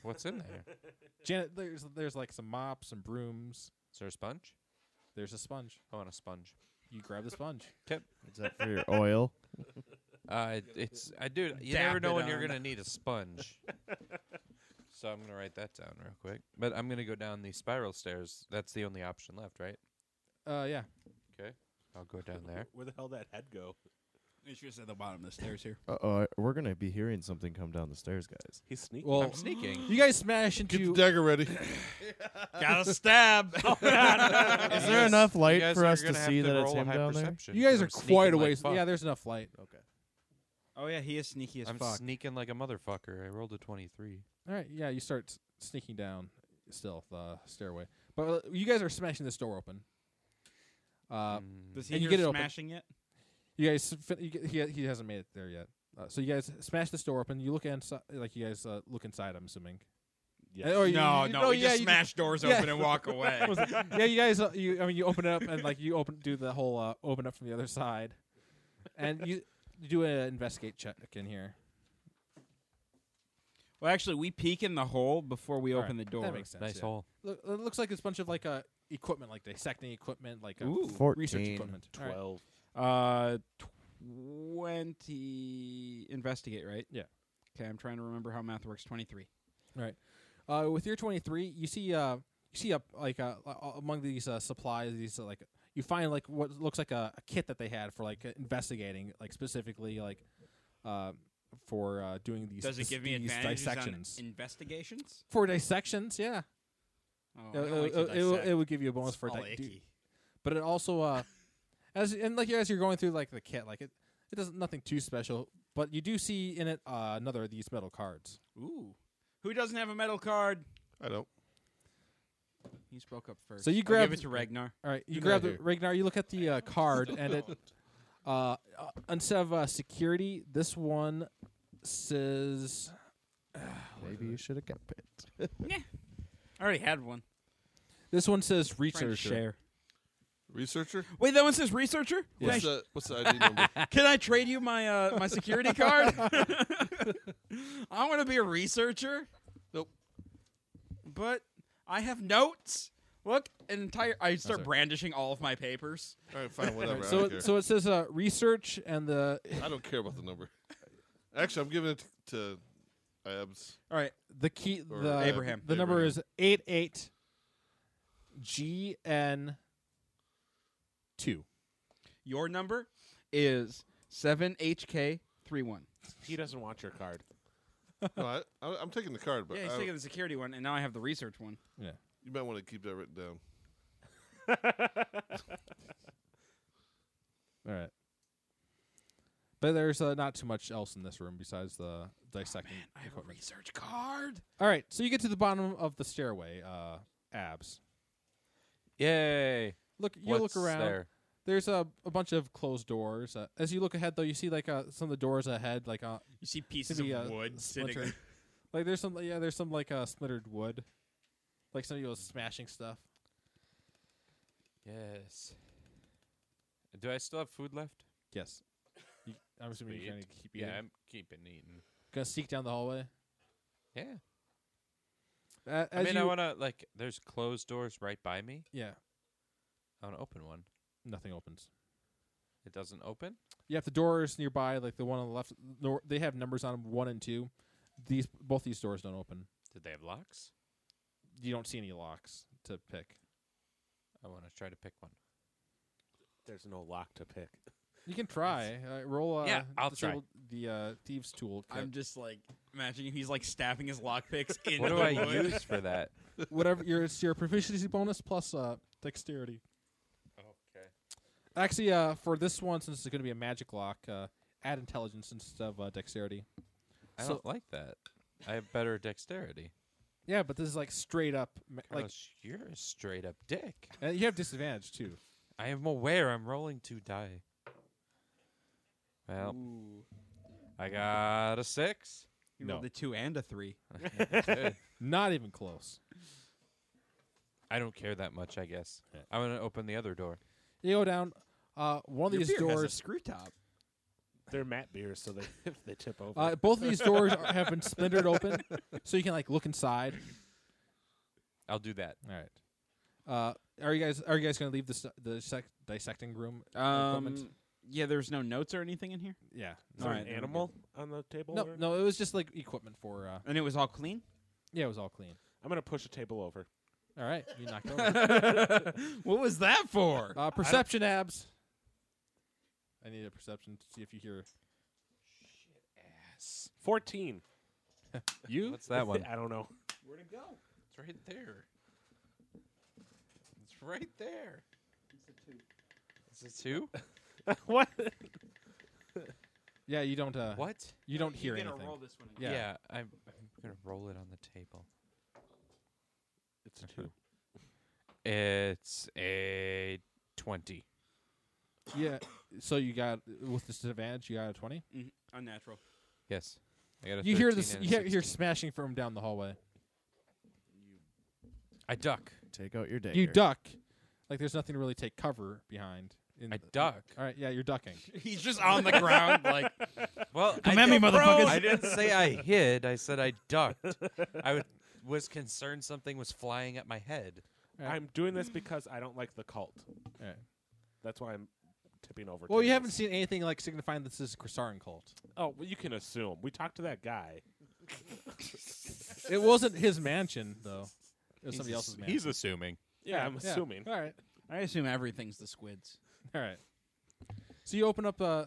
What's in there? Is Jan- there's there's like some mops and brooms. there a sponge? There's a sponge. I want a sponge. You grab the sponge. Is that for your oil? Uh, it- it's I, dude. You Dab never know it when you're on. gonna need a sponge. so I'm gonna write that down real quick. But I'm gonna go down the spiral stairs. That's the only option left, right? Uh, yeah. Okay, I'll go down there. Where the hell that head go? It's just at the bottom of the stairs here. Uh oh, we're gonna be hearing something come down the stairs, guys. Oh, He's sneaky. Well, I'm sneaking. you guys smash Get the into. dagger ready. Got a stab. Is there enough You light guys for are us to gonna have see that it's roll a him high down there? perception, You guys 'cause are I'm sneaking quite a like ways. fuck. yeah, there's enough light. oh yeah, he is sneaky as I'm fuck. sneaking like a motherfucker. I rolled a 23. All right. Yeah, you start s- sneaking down still the stairway, but uh, you guys are smashing this door open. Uh, Mm. Does he And you hear get it open. smashing it? You guys, fin- you get, he he hasn't made it there yet. Uh, so you guys smash this door open. You look inside, like you guys uh, look inside. I'm assuming. Yes. Uh, or you- no, you- no, no, we yeah, just you- smash doors yeah. open and walk away. Was it- yeah, you guys. Uh, you, I mean, you open it up and like you open do the whole uh, open up from the other side, and you, you do an investigate check in here. well, actually, we peek in the hole before we All open right, the door. That makes sense. Nice yeah. hole. Look, it looks like it's a bunch of like uh, equipment, like dissecting equipment, like uh, Ooh. research 14. equipment. All right. Twelve. Uh, twenty. Investigate, right? Yeah. Okay, I'm trying to remember how math works. Twenty-three. Uh, with your 23, you see uh, you see up like uh, a- a- among these uh, supplies, these uh, like you find like what looks like a, a kit that they had for like uh, investigating, like specifically like uh, for uh, doing these. Does it dis- give me these advantages dissections on investigations? for dissections? Yeah, Uh, Oh, uh, uh, it, will- it would give you a bonus for di- do- but it also uh, as and like as you're going through like the kit, like it it doesn't nothing too special, but you do see in it uh, another of these metal cards. Ooh, who doesn't have a metal card? I don't. He spoke up first. So you I'll grab- give it to Ragnar. All right, you Good grab the idea. Ragnar. You look at the uh, card, and it uh, uh, instead of uh, security, this one says Maybe you should have kept it. I already had one. this one says Trying to researcher. Researcher? Wait, that one says researcher. Can I, What's the what's the ID number? can I trade you my uh, my security card? I want to be a researcher. Nope. But I have notes. Look, an entire. I start sorry. brandishing all of my papers. All right, fine, whatever. I So don't it- care. so it says uh, research and the I don't care about the number. Actually, I'm giving it to Abs. All right. the key Or the Abraham. The number Abraham. is eight eight G N two. Your number is seven HK three one. He doesn't want your card. No, I, I, I'm taking the card, but Yeah, he's I- taking the security one, and now I have the research one. you might want to keep that written down. All right. But there's uh, not too much else in this room besides the dissecting. Oh, I have a research card. All right, so you get to the bottom of the stairway, uh, abs. Yay! Look, you What's look around. There? There's a, a bunch of closed doors. Uh, as you look ahead, though, you see like uh, some of the doors ahead, like uh, You see pieces Maybe, of uh, wood sitting. splintered. like there's some yeah, there's some like uh, splintered wood, like somebody was smashing stuff. Yes. Do I still have food left? Yes, you, I'm assuming you're going to keep eating. Yeah, I'm keeping eating. Gonna sneak down the hallway. Yeah. Uh, I as mean, I you- want to like. There's closed doors right by me. yeah, I want to open one. nothing opens. It doesn't open. You have the doors nearby, like the one on the left. nor- They have numbers on them, one and two. These both these doors don't open. Did they have locks? You don't see any locks to pick. I want to try to pick one. There's no lock to pick. You can try. Uh, roll. Uh, Yeah, I'll try. disable The uh, thieves tool. I'm just like imagining he's like stabbing his lockpicks into What do the I wood. use for that? Whatever your it's your proficiency bonus plus uh, dexterity. Okay. Actually, uh, for this one, since it's going to be a magic lock, uh, add intelligence instead of uh, dexterity. I So- don't like that. I have better dexterity. Yeah, but this is like straight up. Ma- like Carlos, you're a straight up dick. uh, you have disadvantage too. I am aware I'm rolling to die. Well, I got a six. You No. rolled a two and a three. Okay. Not even close. I don't care that much, I guess. I'm going to open the other door. You go down. Uh, one of Your these beer has a doors. screw top. They're matte beers, so they if they tip over. Uh, both of these doors are, have been splintered open, so you can like look inside. I'll do that. All right. Uh, are you guys are you guys going to leave the s- the sec- dissecting room? at the moment? Um, yeah, there's no notes or anything in here, yeah. Is there alright, an then we animal on the table? No, or- no, it was just like equipment for. Uh, and it was all clean. yeah, it was all clean. I'm gonna push a table over. All right, you knocked over. what was that for? Uh, perception abs. I need a perception to see if you hear Fourteen. you. What's that one? I don't know. Where'd it go? It's right there. It's right there. It's a two. It's a two? what? yeah, you don't. Uh, what? You don't hear anything. this one Yeah. Yeah, I'm, I'm going to roll it on the table. It's a two. It's a 20. Yeah. So you got with disadvantage, you got a twenty. Unnatural. Yes. I got a You hear 13 this? and a You hear, hear 16. smashing from down the hallway. I duck. Take out your dagger. You duck, like there's nothing to really take cover behind. In I the- duck. All right, yeah, you're ducking. He's just on the ground, like Well, Come I at me, ducked, motherfuckers. I didn't say I hid. I said I ducked. I would, was concerned something was flying at my head. Alright. I'm doing this because I don't like the cult. Alright. That's why I'm tipping over. Well, you tables. haven't seen anything like signifying this is a Krasaran cult. Oh, well, you can assume. We talked to that guy. It wasn't his mansion though. It was He's somebody ass- else's mansion. He's assuming. Yeah, I'm assuming. All right. I assume everything's the squids. All right. So you open up. Uh,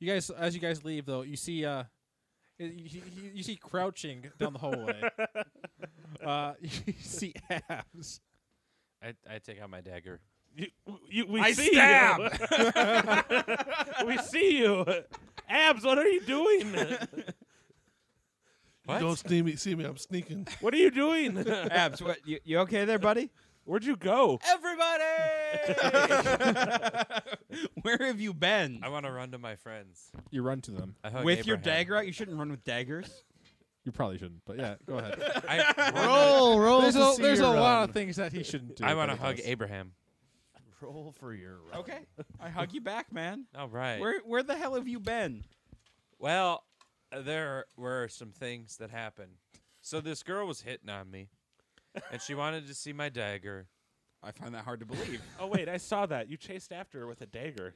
you guys, as you guys leave, though, you see. Uh, y- y- y- you, see crouching down the hallway. uh, you see abs. I, I take out my dagger. You, you, we I see you. we see you. Abs, what are you doing? What? Don't see me, see me. I'm sneaking. what are you doing? Abs, what you, you okay there, buddy? Where'd you go? Everybody, where have you been? I want to run to my friends. You run to them. I hug with your Abraham. dagger out, you shouldn't run with daggers. You probably shouldn't, but yeah, go ahead. I, roll, roll. there's to a, see there's a your lot run. of things that he shouldn't do. I want but to he hug does. Abraham. Roll for your roll. Okay. I hug you back, man. All right. Where where the hell have you been? Well, uh, there were some things that happened. So this girl was hitting on me, and she wanted to see my dagger. I find that hard to believe. Oh wait, I saw that. You chased after her with a dagger.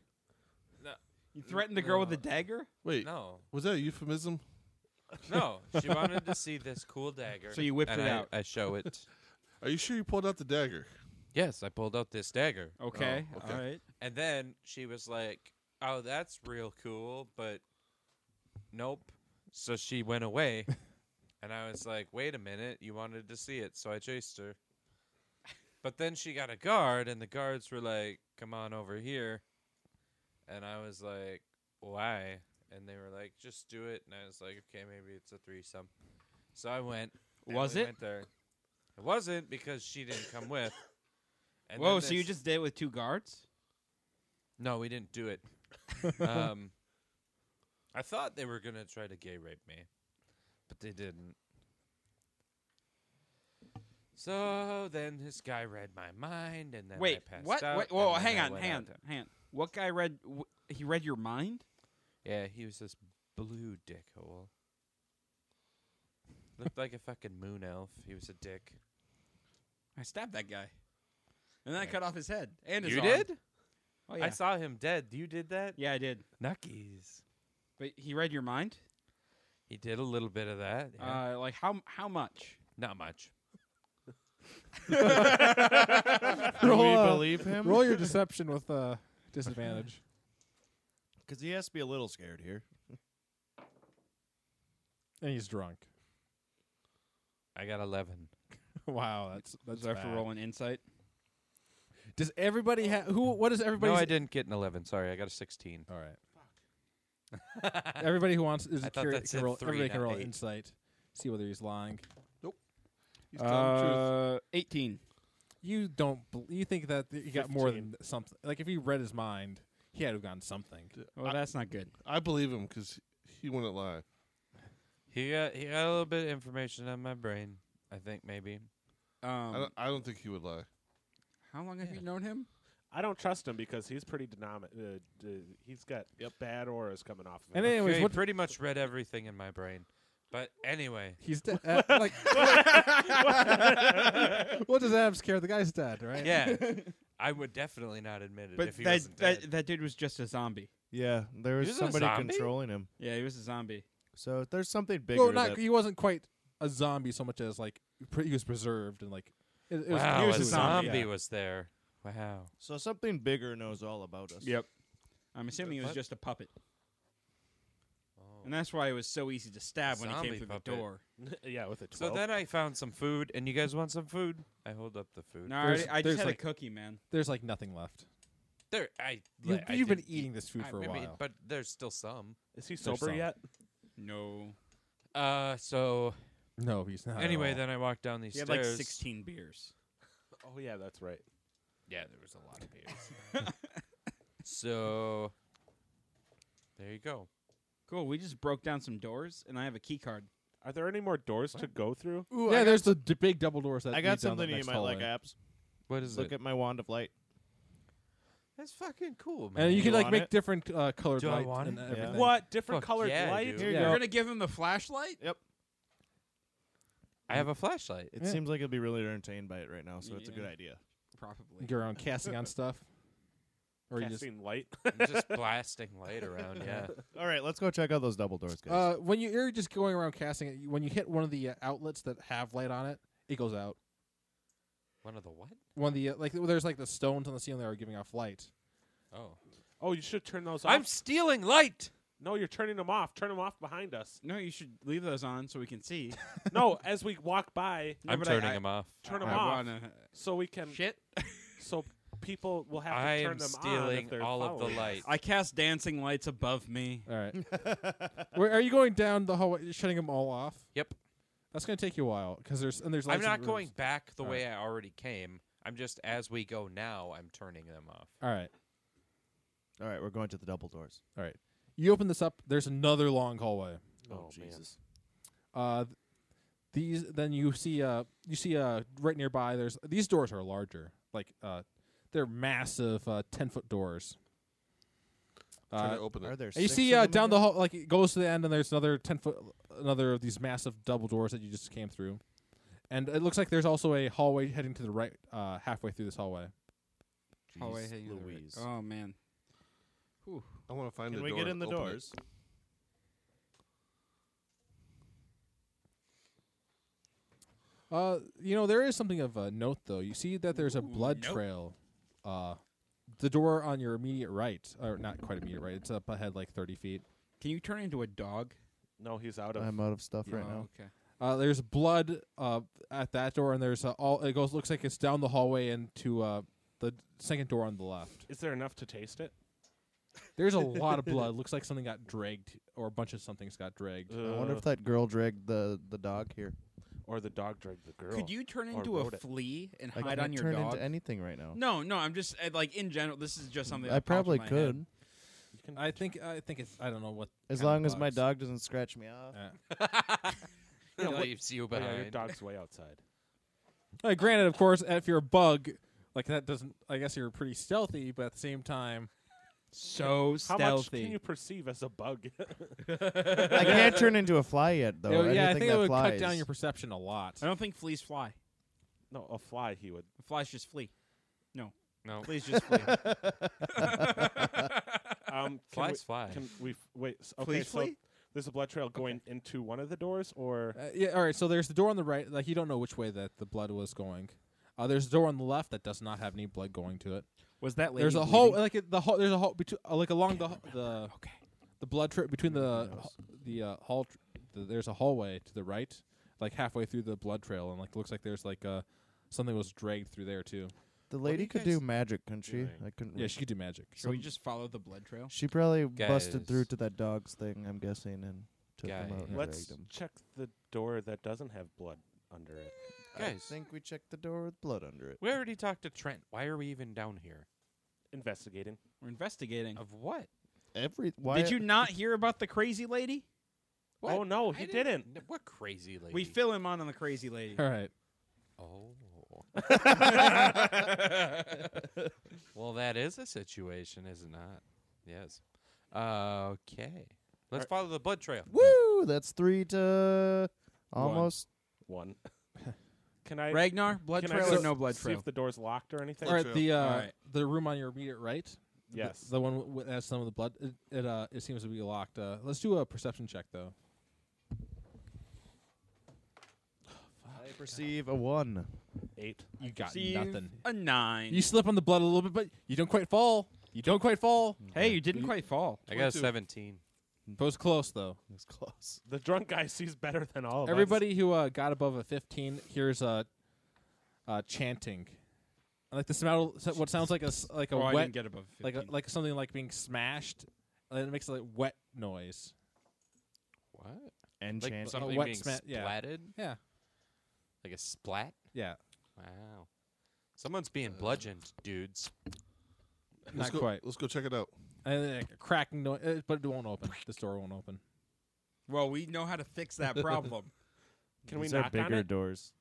you threatened the girl with a dagger? Wait, No, was that a euphemism? no, she wanted to see this cool dagger. So you whipped and it I- out. I show it. Are you sure you pulled out the dagger? yes, I pulled out this dagger, Okay. Oh, okay. All right. and then she was like, "Oh, that's real cool," but nope. So she went away, and I was like, "Wait a minute, you wanted to see it," so I chased her. But then she got a guard, and the guards were like, "Come on over here," and I was like, "Why?" And they were like, "Just do it," and I was like, "Okay, maybe it's a threesome." So I went. and Was we it? Went there. It wasn't because she didn't come with. And Whoa, then so you this- just did it with two guards? no, we didn't do it. um, I thought they were gonna try to gay rape me, but they didn't. So then this guy read my mind, and then Wait, I passed what? out. Wait, whoa, and then hang I on, went hang out. on, hang on. What guy read? Wh- he read your mind? Yeah, he was this blue dickhole. Looked like a fucking moon elf. He was a dick. I stabbed that guy, and then I Yeah. cut off his head and his you arm. did? Oh yeah. I saw him dead. You did that? yeah, I did. Nuckies. But he read your mind. He did a little bit of that. yeah. Uh, like how how much? Not much. Do we Roll, uh, believe him? Roll your deception with uh, disadvantage. Because he has to be a little scared here. and he's drunk. I got eleven. wow, that's that's Does I have to bad. roll an insight? Does everybody have who? What does everybody? no, I didn't get an 11. Sorry, I got a 16. All right. Everybody who wants is I thought curious. that Can said roll, three, everybody can not roll eight. insight. See whether he's lying. He's telling the truth. eighteen. You don't. bel you think that th- he got more than 15. th- something? Like if he read his mind, he had to have gotten something. Well, that's not good. I believe him because he wouldn't lie. He got he got a little bit of information on my brain. I think maybe. I, Um, don't, I don't think he would lie. how long have yeah. you known him? I don't trust him because he's pretty denomi- uh, d- he's got bad auras coming off of him. And anyways, he what pretty much read everything in my brain. But anyway, he's dead. uh, like. what does Abs care? The guy's dead, right? yeah, I would definitely not admit it But if he that wasn't dead. that, that dude was just a zombie. Yeah, there was He's a somebody zombie? controlling him. Yeah, he was a zombie. So there's something bigger. Well, not that- he wasn't quite a zombie so much as like pre- he was preserved and like. It, it was, wow, he was a a zombie. zombie, yeah. was there. Wow. so something bigger knows all about us. Yep. I'm assuming he was just a puppet, Oh. and that's why it was so easy to stab when he Zombie came through puppet. the door. yeah, with a So twelve. then I found some food, and you guys want some food? I hold up the food. No, I, There's- already- I there's just had like- a cookie, man. There's like nothing left. There, I. You, I you've been didn't eat- eating this food I- for a I mean, while. but there's still some. Is he There's sober some. yet? No, Uh, so no, he's not. at anyway, all. then I walked down these he had like stairs. 16 beers. Oh yeah, that's right. Yeah, there was a lot of beers. so there you go. Cool. We just broke down some doors, and I have a key card. Are there any more doors to go through? Ooh, yeah, I got, there's the d- big double doors that I lead got down something the you next might hallway. like, Apps. What is Look at my wand of light. That's fucking cool, man. And you can You like want make it? different uh, colored Do I lights want and it? everything. What different Fuck colored yeah, light? dude. Here you Yeah. You're go. gonna give him the flashlight? Yep. I have a flashlight. It Yeah. seems like he'll be really entertained by it right now, so it's a Yeah. good idea. Probably. Go around casting on stuff, or you just Casting light. I'm just blasting light around. Yeah. All right, let's go check out those double doors, guys. uh, when you, you're just going around casting it. you- When you hit one of the uh, outlets that have light on it, it goes out. One of the what? One of the uh, like there's like the stones on the ceiling that are giving off light. Oh, oh, you should turn those off. I'm stealing light. no, you're turning them off. Turn them off behind us. no, you should leave those on so we can see. no, as we walk by, No, I'm but I- turning I- them off. turn I them off Um, wanna- so we can Shit. so people will have to I turn am them on if stealing they're all of the following us. light. I cast dancing lights above me. All right, Where, are you going down the hallway, shutting them all off? Yep. That's gonna take you a while because there's and there's. I'm lights in not rooms. going back the All way I already came. I'm just as we go now. I'm turning them off. All right, All right, we're going to the double doors. all right. You open this up. There's another long hallway. Oh, man. Uh, th- these then you see uh you see uh right nearby there's these doors are larger like uh They're massive, uh, ten foot doors. Trying Uh, to open Are it. there? you six see of uh, them in down the here? hall, like it goes to the end, and there's another ten foot, another of these massive double doors that you just came through, and it looks like there's also a hallway heading to the right, uh, halfway through this hallway. Jeez Louise. Oh man. I want to find Can a we door. get and in the open it. doors? Uh, you know, there is something of uh, note though. You see that there's a blood nope. trail. Uh, the door on your immediate right, or not quite immediate right. It's up ahead like thirty feet. Can you turn into a dog? No, he's out of. I'm out of stuff right Oh, now. Okay. Uh, there's blood uh, at that door, and there's uh, all. It goes looks like it's down the hallway and to uh, the second door on the left. is there enough to taste it? There's a lot of blood. Looks like something got dragged, or a bunch of something's got dragged. I wonder Uh, if that girl dragged the the dog here. or the dog dragged the girl. Could you turn or into a rodent. flea and I hide can't on your turn dog? into anything right now. no, no. I'm just uh, like in general. This is just something I that popped in probably my head. could, You can- I think I think it's I don't know what. as kind of long as my bugs. dog doesn't scratch me off. Uh, leaves you oh, yeah, behind. your dog's way outside. Uh, granted, of course, if you're a bug, like that doesn't. I guess you're pretty stealthy, but at the same time, So How stealthy. much can you perceive as a bug? I can't turn into a fly yet, though. it- or Oh, yeah, I anything think it that would cut flies. down your perception a lot. Uh, I don't think fleas fly. no, a fly. He would. Flies just flee. no, Fleas just flee. Um, can we, flies fly. Can we f- wait? s- Okay, Fleas so flee? there's a blood trail going into one of the doors, or Uh, yeah, all right. So there's the door on the right. Like you don't know which way that the blood was going. Uh, there's a door on the left that does not have any blood going to it. Was that lady There's a bleeding? hole, like it- the hole. There's a hole between, uh, like along the the Okay. the blood trip between the the uh, hall. Tr- the, there's a hallway to the right, like halfway through the blood trail, and like looks like there's like uh something was dragged through there too. The do lady you could guys do magic, couldn't she? doing? I couldn't. Yeah, she could do magic. Should we Some- just follow the blood trail? She probably busted Guys. through to that dog's thing, I'm guessing, and took him out. Guys. And let's dragged him. check the door that doesn't have blood under it. I Guys. think we checked the door with blood under it. we already talked to Trent. Why are we even down here? Investigating. We're investigating. Of what? Every why Did you not hear about the crazy lady? What? Oh no, I he kn- What crazy lady? We fill him on on the crazy lady. All right. Oh. well, that is a situation, is it not? Yes. okay. Let's follow the blood trail. Woo! That's three to almost. One. Can I? Ragnar, blood can I trail or just no blood see trail? if the door's locked or anything? All right. trail. The uh, Alright. the room on your immediate right. the- Yes. The, one w- w- that has some of the blood. It, it uh it seems to be locked. Uh, let's do a perception check though. I perceive a one. Eight. You got See nothing. A nine. You slip on the blood a little bit, but you don't quite fall. You don't quite fall. hey, you didn't quite fall. I got a 17. But it was close Oh, though. That's close. The drunk guy sees better than all of us. Everybody who uh, got above a 15 hears uh, uh, chanting, And, like the smell, so- what sounds like a s- like a oh, I wet, didn't get above 15. like a, like something like being smashed, and it makes a like, wet noise. What? And Like chance. something wet being Oh, sma- yeah. splatted? Yeah, Like a splat? yeah, Wow. Someone's being bludgeoned, dudes. Let's not go, quite. Let's go check it out. And then, like, a cracking noise, uh, but it won't open. This door won't open. well, we know how to fix that problem. Can we These are knock on bigger it? doors.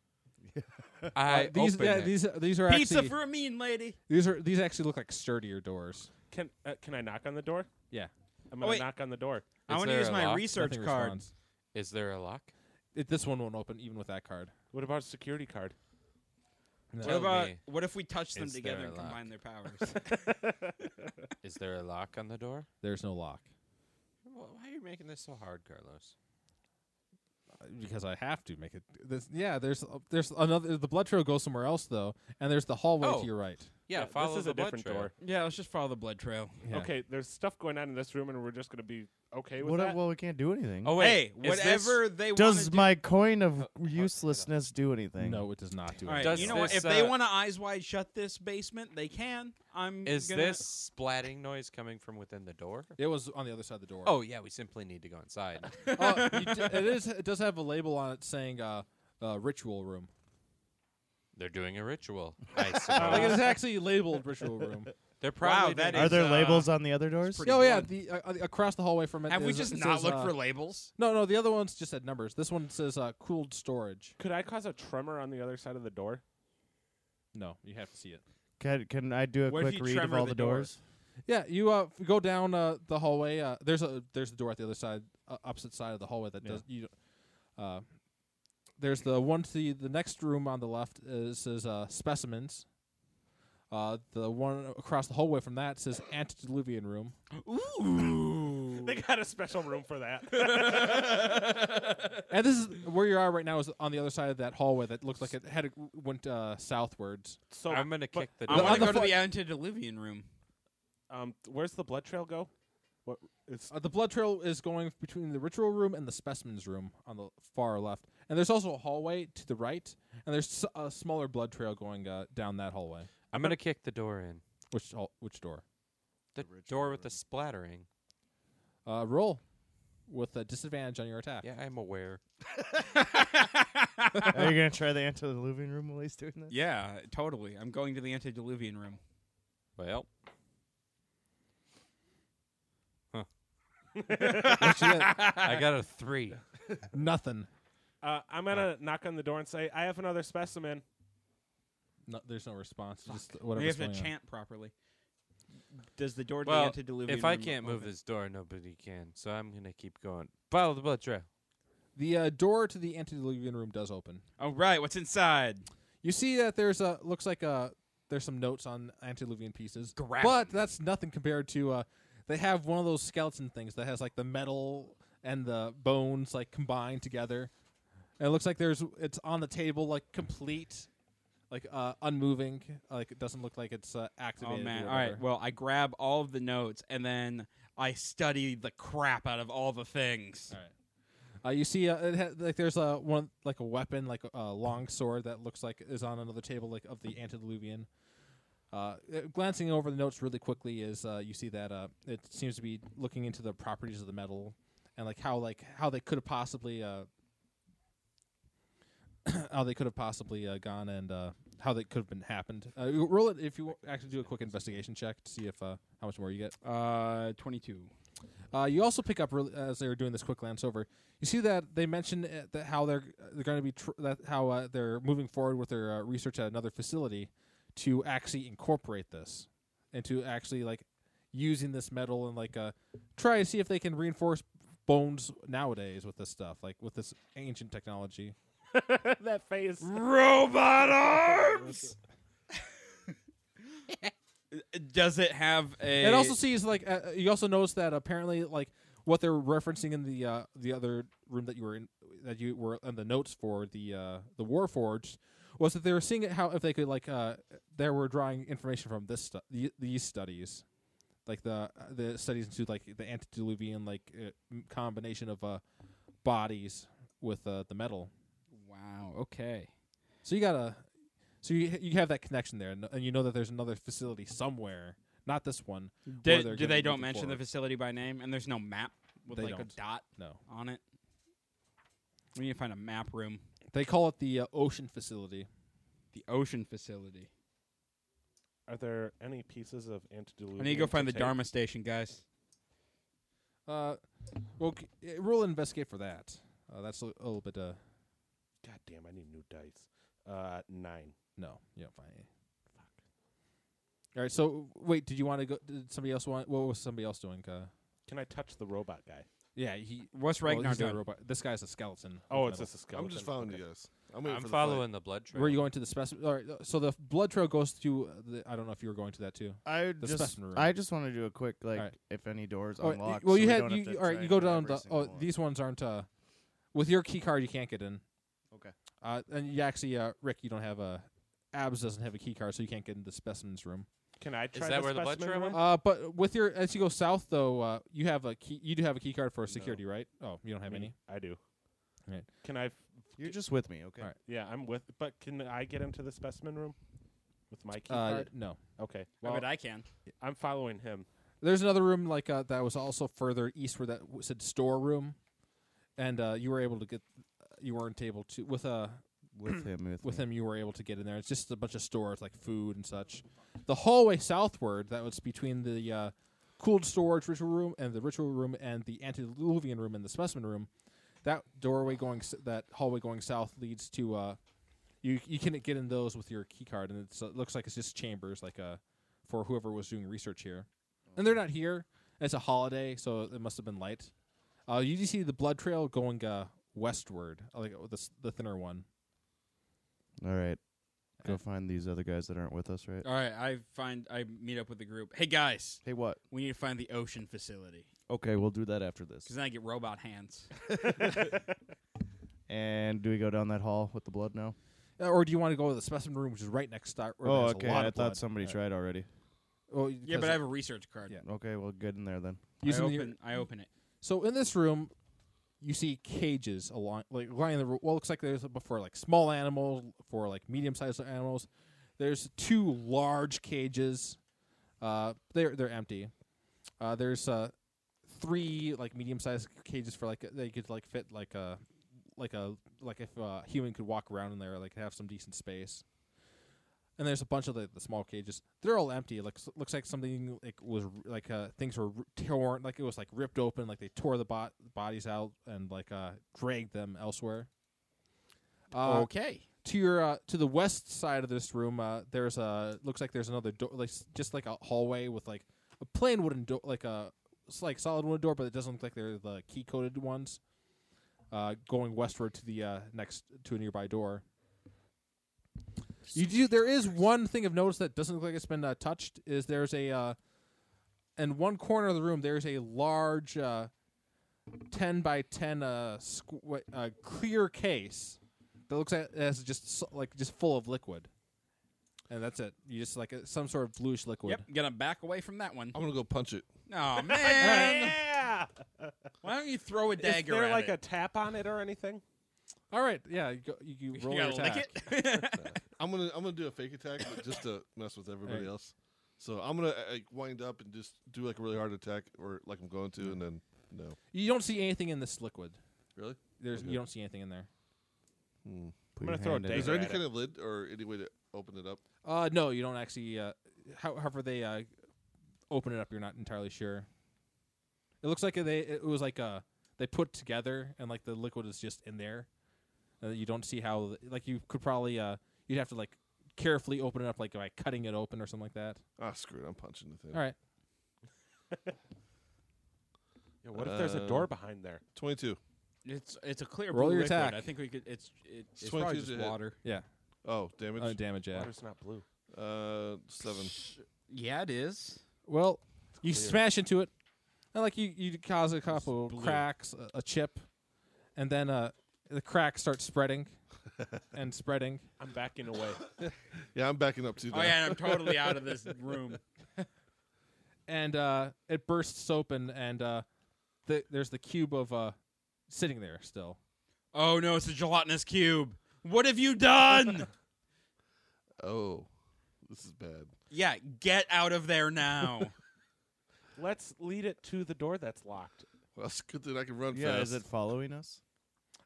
I Uh, these, open yeah, it. these, these are Pizza actually for a mean lady. these are these actually look like sturdier doors. Can uh, Can I knock on the door? Yeah. I'm Oh, gonna wait. knock on the door. I Is want to there use a my lock? research Nothing card. responds. Is there a lock? It, this one won't open even with that card. What about a security card? What Tell about me, what if we touch them is together there a and lock? combine their powers? is there a lock on the door? There's no lock Wh- Why are you making this so hard, Carlos? Uh, because I have to make it. This, yeah, there's uh, there's another. The blood trail goes somewhere else though, and there's the hallway Oh. to your right. Yeah, this follow is the a different blood trail. door. yeah, let's just follow the blood trail. Yeah. Okay, there's stuff going on in this room, and we're just gonna be okay with What? that. Well, we can't do anything. Oh Hey, wait, is this- whatever they Does want my coin of hold it up. uselessness do anything? No, it does not do. All right, anything. Does you know what? this, If they uh, want to eyes wide shut this basement, they can. I'm. Is gonna- this splatting noise coming from within the door? It was on the other side of the door. Oh yeah, we simply need to go inside. Oh, you d- it is. It does have a label on it saying uh, uh, "ritual room." They're doing a ritual. I Uh. like suppose. it's actually labeled "ritual room." They're probably that doing- Are there uh, labels on the other doors? pretty- Oh yeah, blunt. the uh, uh, across the hallway from it. Have we is- just it not says, looked uh, for labels? No, no. The other ones just had numbers. This one says uh, "cooled storage." Could I cause a tremor on the other side of the door? No, you have to see it. Can can I do a What if quick you read of tremor all the the door? doors? Yeah, you uh, f- go down uh, the hallway. Uh, there's a there's a door at the other side, uh, opposite side of the hallway that Yeah. does you. Uh, there's the one to the, the next room on the left is, says uh, specimens. Uh, the one across the hallway from that says antediluvian room. Ooh. They got a special room for that. and this is where you are right now is on the other side of that hallway that looked like it had it went uh, southwards. so, I'm gonna but- kick the I on door. want to the go to fo- the antediluvian room. um, where's the blood trail go? What? It's Uh, the blood trail is going between the ritual room and the specimens room on the far left, and there's also a hallway to the right, and there's s- a smaller blood trail going uh, down that hallway. I'm gonna kick the door in. Which hall- which door? The Original door with the room. splattering. Uh, roll with a disadvantage on your attack. Yeah, I'm aware. Are you gonna try the antediluvian room while he's doing that? yeah, totally. I'm going to the antediluvian room. Well, What'd you get? I got a three. Nothing. Uh, I'm gonna knock on the door and say, "I have another specimen." No, there's no response. Just We whatever's have to going on. chant properly. Does the door to Well, the antediluvian If I room can't move open? this door, nobody can. So I'm gonna keep going. Follow the blood trail. The uh, door to the antediluvian room does open. All Oh, right, what's inside? You see that there's a looks like a there's some notes on antediluvian pieces, Ground. but that's nothing compared to uh, they have one of those skeleton things that has like the metal and the bones like combined together, and it looks like there's it's on the table like complete, like uh, unmoving, like it doesn't look like it's uh, Oh activated. or man! All right. whatever. Well, I grab all of the notes and then I study the crap out of all the things. Uh, you see, uh, it ha- like there's a one like a weapon, like a long sword that looks like is on another table, like of the antediluvian. Uh, uh, glancing over the notes really quickly is uh, you see that uh, it seems to be looking into the properties of the metal and like how like how they could have possibly uh, how they could have possibly uh, gone and uh, how that could have been happened. Uh, you- roll it if you actually do a quick investigation check to see if uh, how much more you get. Uh, twenty-two. Uh, you also pick up really, as they were doing this quick glance over. You see that they mention uh, that how they're they're going to be tr- that how uh, they're moving forward with their uh, research at another facility to actually incorporate this and to actually like using this metal and like uh, try to see if they can reinforce bones nowadays with this stuff like with this ancient technology. that face. Robot arms. Does it have a? It also sees like uh, you also notice that apparently like what they're referencing in the uh, the other room that you were in that you were on the notes for the uh, the war forge was that they were seeing it how if they could like uh, they were drawing information from this stu- the, these studies like the the studies into like the antediluvian like uh, m- combination of uh, bodies with uh, the metal Wow. Okay. so you gotta, so you you have that connection there, and, and you know that there's another facility somewhere, not this one. where Do, they're do gonna they be don't moving mention the forward. facility by name? And there's no map with They like a don't. dot No, on it. We need to find a map room. they call it the uh, ocean facility. The ocean facility. Are there any pieces of antediluvian? I need to go find the take? Dharma station, guys. Uh, well, c- eh, roll and investigate for that. Uh, that's a, a little bit uh, God damn! I need new dice. Uh, nine. no, you don't find any. All right, so wait, did you want to go? Did somebody else want? What was somebody else doing? Uh, Can I touch the robot guy? yeah, he. What's well, Ragnar he's not a doing? robot. This guy's a skeleton. with Oh, it's metal. just a skeleton. I'm just following Okay. you guys. I'm, waiting I'm for the following the blood trail. Where are you going to the specimen? All right, uh, so the blood trail goes to. uh, The, I don't know if you were going to that too. I The just specimen room. I just want to do a quick like Alright. if any doors Oh, y- unlocked. well, so you we had don't have you, to you- all right. try You and go do down. every The, single oh, one. these ones aren't. Uh, with your key card, you can't get in. Okay. Uh, and you actually, uh, Rick, you don't have a. Abs doesn't have a key card, so you can't get into the specimens room. Can I try that the where the blood specimen trail room? went? Uh, but with your as you go south, though, uh, you have a key. You do have a key card for security, right? Oh, you don't have Me. any. I do. Right. Can I? f- You're just with me, okay? Alright. Yeah, I'm with. But can I get into the specimen room with my key Uh, card? no. Okay. I Well, bet I can. I'm following him. There's another room like uh, that was also further eastward that w- said storeroom, and uh, you were able to get. uh, You weren't able to with uh, With him, with, with me. him you were able to get in there. It's just a bunch of stores like food and such. The hallway southward that was between the uh, cooled storage ritual room and the ritual room and the antediluvian room and the specimen room. That doorway going s- that hallway going south leads to uh, you you can get in those with your key card, and it's, it looks like it's just chambers, like uh, for whoever was doing research here. And they're not here. It's a holiday, so it must have been light. Uh, you do see the blood trail going uh, westward, uh, like uh, the s- the thinner one. All right. Go Yeah. find these other guys that aren't with us, right? All right, I find I meet up with the group. Hey guys, Hey, what? we need to find the ocean facility Okay, we'll do that after this. because then I get robot hands. And do we go down that hall with the blood now? Uh, or do you want to go to the specimen room, which is right next to? where oh, there's okay. A lot I of blood. thought somebody All right. tried already. Oh, Yeah, because but I have a research card. Yeah. Okay, well, good in there then. using I the- open, I open it. So in this room, you see cages along, like lying the ro- well, it looks like there's before like small animals, for like medium sized animals. There's two large cages. Uh, they're they're empty. Uh, there's uh, three like medium sized cages for like they could like fit like a like a like if a human could walk around in there, like have some decent space. And there's a bunch of the, the small cages. They're all empty. Like s- looks like something like was r- like uh, things were r- torn, like it was like ripped open, like they tore the bo- bodies out and like uh, dragged them elsewhere. Uh, okay. To your uh, to the west side of this room, uh, there's a looks like there's another door, like s- just like a hallway with like a plain wooden door, like a it's like solid wooden door, but it doesn't look like they're the key coated ones. Uh, going westward to the uh, next to a nearby door. You do. There is one thing of notice that doesn't look like it's been uh, touched. Is there's a uh, in one corner of the room there's a large uh, ten by ten uh, squ- uh clear case that looks like as just s- like just full of liquid, and that's it. You just like uh, some sort of bluish liquid. Yep, gonna back away from that one. I'm gonna go punch it. Oh man, yeah. why don't you throw a Is dagger? there at like it? a tap on it or anything? All right, yeah, you, go, you, you roll you your gotta attack. lick it. I'm gonna I'm gonna do a fake attack, but just to mess with everybody Alright. else. So I'm gonna uh, like, wind up and just do like a really hard attack, or like I'm going to, and then no, You don't see anything in this liquid. really. There's Okay. you don't see anything in there. Hmm. Put your gonna throw a hand in dagger Is it. there at any it. kind of lid or any way to open it up? Uh, no, you don't actually. Uh, how, however, they uh, open it up. You're not entirely sure. It looks like they. It was like uh they put together, and like the liquid is just in there. Uh, you don't see how. Like you could probably. Uh, you'd have to like carefully open it up, like by cutting it open or something like that. Ah, screw it. I'm punching the thing. All right. Yeah, what if there's a Uh, door behind there? Twenty-two. it's it's a clear Roll blue your liquid. attack. I think we could. It's it, it's 22 probably is just a hit. water. Oh, damage. Uh, damage. Yeah. Water's not blue. Uh, seven. Yeah, it is. Well, you clear. smash into it, and like you, you cause a couple blue. cracks, a, a chip, and then uh, the cracks start spreading, and spreading. I'm backing away. Yeah, I'm backing up too. Oh now. yeah, I'm totally out of this room. and uh, it bursts open, and uh, the, there's the cube of uh, sitting there still. Oh no, it's a gelatinous cube. What have you done? Oh, this is bad. yeah, get out of there now. Let's lead it to the door that's locked. Well, it's good that I can run Yeah, fast. is it following us?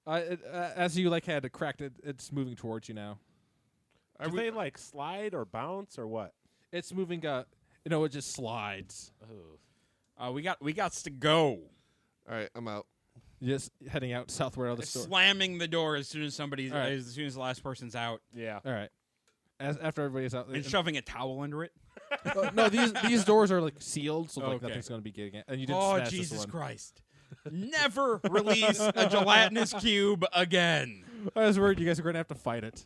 Uh, it, uh, as you like had it cracked, it, it's moving towards you now. Do they like slide or bounce or what? It's moving. Uh, you know, it just slides. uh, we got we got to go. All right, I'm out. Just heading out southward of the store. Slamming the door as soon as somebody's All right. as soon as the last person's out, Yeah. All right. As, after everybody's out, and shoving a towel under it. Uh, no, these these doors are like sealed, so like Okay. nothing's going to be getting it. And you didn't Oh smash Jesus this one. Christ! Never release a gelatinous cube again. I was worried you guys were going to have to fight it.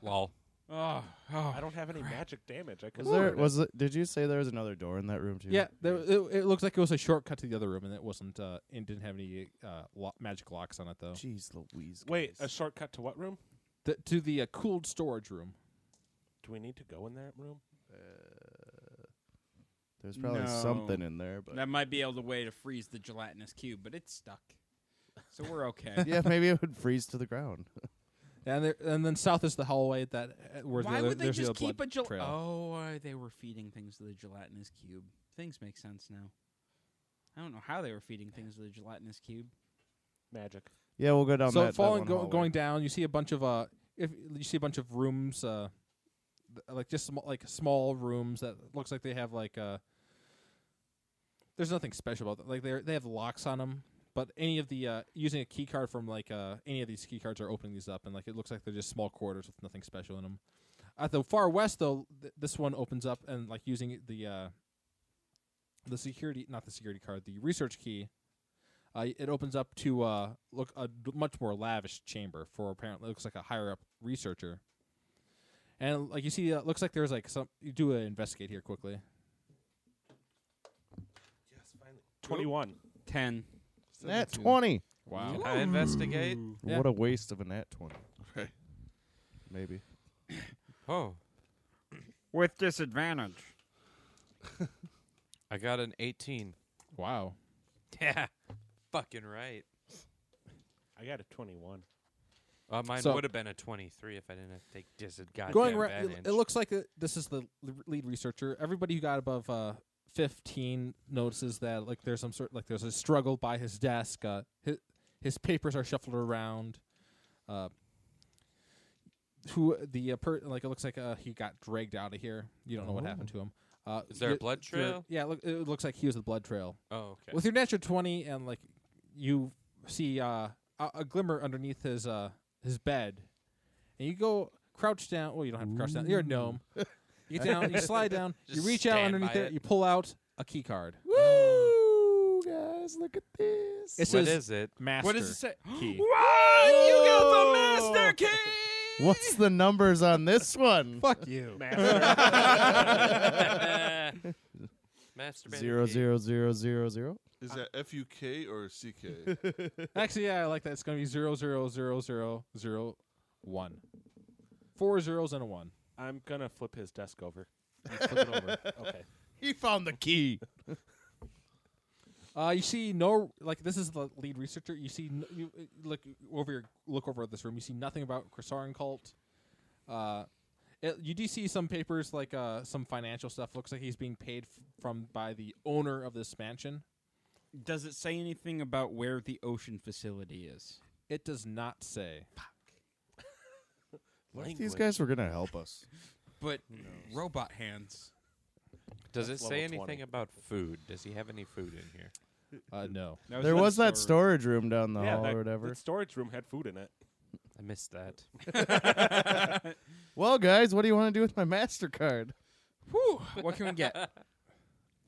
Lol. Oh, oh. I don't have any magic damage. I could Was there? learn it. Was it, did you say there was another door in that room too? Yeah, there, it, it looks like it was a shortcut to the other room, and it wasn't. Uh, it didn't have any uh, lo- magic locks on it though. Jeez, Louise. Wait, a guys. shortcut to what room? The, to the uh, cooled storage room. Do we need to go in that room? There's probably No. something in there, but that might be able to way to freeze the gelatinous cube, but it's stuck, so we're okay. yeah, maybe it would freeze to the ground. And there, and then south is the hallway that uh, where the Why other, would they there's the just other keep a blood gel- trail. Oh, uh, they were feeding things to the gelatinous cube. Things make sense now. I don't know how they were feeding things to the gelatinous cube. Magic. Yeah, we'll go down so that. that following one go, hallway. going down, you see a bunch of uh, if you see a bunch of rooms, uh, th- like just sm- like small rooms that looks like they have like uh. There's nothing special about them. Like they are they have locks on them. But any of the uh, using a key card from like uh, any of these key cards are opening these up, and like it looks like they're just small quarters with nothing special in them. At the far west, though, th- this one opens up and like using the uh, the security, not the security card, the research key. Uh, it opens up to uh, look a d- much more lavish chamber for apparently looks like a higher up researcher. And like you see, uh, looks like there's like some. You do an investigate here quickly. Yes, finally. 21. Ten. Nat 17. 20. Wow. Can I investigate? Yeah. What a waste of a nat 20. Right. Maybe. Oh, With disadvantage. I got an 18. Wow. Yeah, fucking right. I got a 21. Uh, mine So- would have been a 23 if I didn't have to take dis- goddamn Going ra- right, it, it looks like it, this is the l- lead researcher. Everybody who got above uh, 15 notices that like there's some sort like there's a struggle by his desk. Uh, his, his papers are shuffled around. Uh, who the uh, per- like it looks like uh, he got dragged out of here. You don't know what happened to him. Uh, Oh. Is there a y- blood your- trail? Yeah, look, it looks like he was the blood trail. Oh, okay. With your natural twenty, and like you see uh, a, a glimmer underneath his uh, his bed, and you go crouch down. Well, you don't have to crouch down. You're a gnome. You get down, you slide down, you Just reach out stand underneath by there, it. you pull out a key card. Woo, guys, look at this. It what says is it? master. What does it say? Key. Oh! What? You got the Whoa. master key. What's the numbers on this one? Fuck you. Master Zero, zero, zero, zero, zero. Is that F U K or C K? Actually, yeah, I like that. It's gonna be zero zero zero zero zero one. Four zeros and a one. I'm going to flip his desk over. You flip it over. Okay. He found the key. Uh, you see no like this is the lead researcher. You see n- you uh, look over your look over this room. You see nothing about Chrysarin cult. Uh, it, you do see some papers like uh some financial stuff. Looks like he's being paid f- from by the owner of this mansion. Does it say anything about where the ocean facility is? It does not say. What if these guys were going to help us? But robot hands. Does it That's say level anything 20. about food? Does he have any food in here? Uh, no. there was that storage room down the yeah, hall that, or whatever. that storage room had food in it. I missed that. Well, guys, what do you want to do with my Mastercard? Whew, what can we get?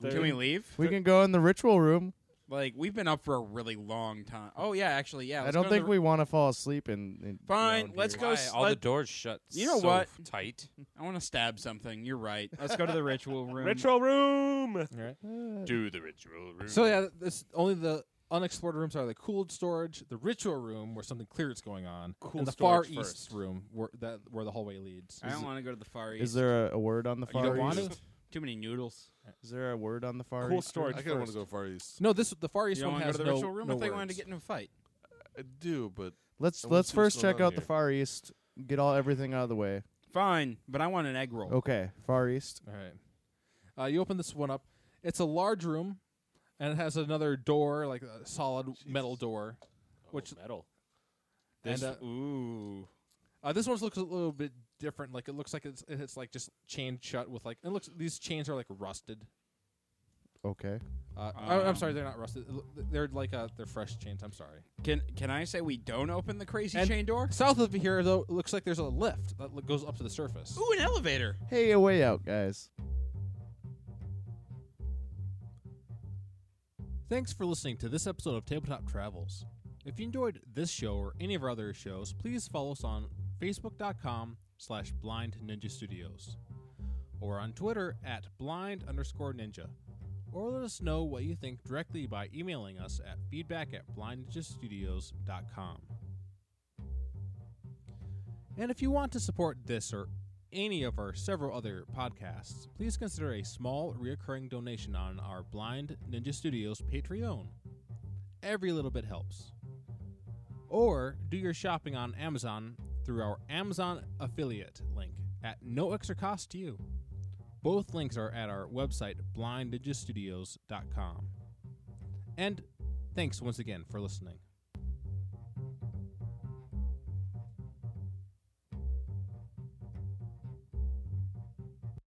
There- can we leave? We can go in the ritual room. Like we've been up for a really long time. Oh yeah, actually yeah. I let's don't go to think the- we want to fall asleep and. and Fine, around let's here. go. Why? s- All the let- doors shut. You know so what? f- Tight. I want to stab something. You're right. Let's go to the ritual room. Retro room. All right. Do the ritual room. So yeah, this only the unexplored rooms are the cooled storage, the ritual room where something clear is going on, Cooled and the far storage east first. room where that where the hallway leads. I don't want to go to the far east. Is there a, a word on the you far don't want east? to? too many noodles? Is there a word on the far Cool east? storage I kind of want first. to go far east. No, this the far You east don't room want to go has to the no ritual room? no I thought you wanted words. to get in a fight. I do, but Let's I wanna let's see what's first going check on out the here. far east. Get all everything out of the way. Fine, but I want an egg roll. Okay, far east. All right. Uh, you open this one up. It's a large room, and it has another door, like a solid metal door. Which- oh, metal? and uh, Ooh. uh, this one looks a little bit different. Like it looks like it's it's like just chained shut with like it looks. These chains are like rusted. Okay. Uh, I, I'm Um. sorry, they're not rusted. It loo- They're like uh, they're fresh chains. I'm sorry. Can can I say we don't open the crazy And- chain door? South of here, though, it looks like there's a lift that l- goes up to the surface. Ooh, an elevator. Hey, a way out, guys. Thanks for listening to this episode of Tabletop Travels. If you enjoyed this show or any of our other shows, please follow us on facebook.com slash blind ninja studios or on Twitter at blind underscore ninja. Or let us know what you think directly by emailing us at feedback at blindninjastudios.com. And if you want to support this or any of our several other podcasts, please consider a small recurring donation on our Blind Ninja Studios Patreon. Every little bit helps. Or do your shopping on Amazon through our Amazon affiliate link at no extra cost to you. Both links are at our website, blindninjastudios.com. And thanks once again for listening.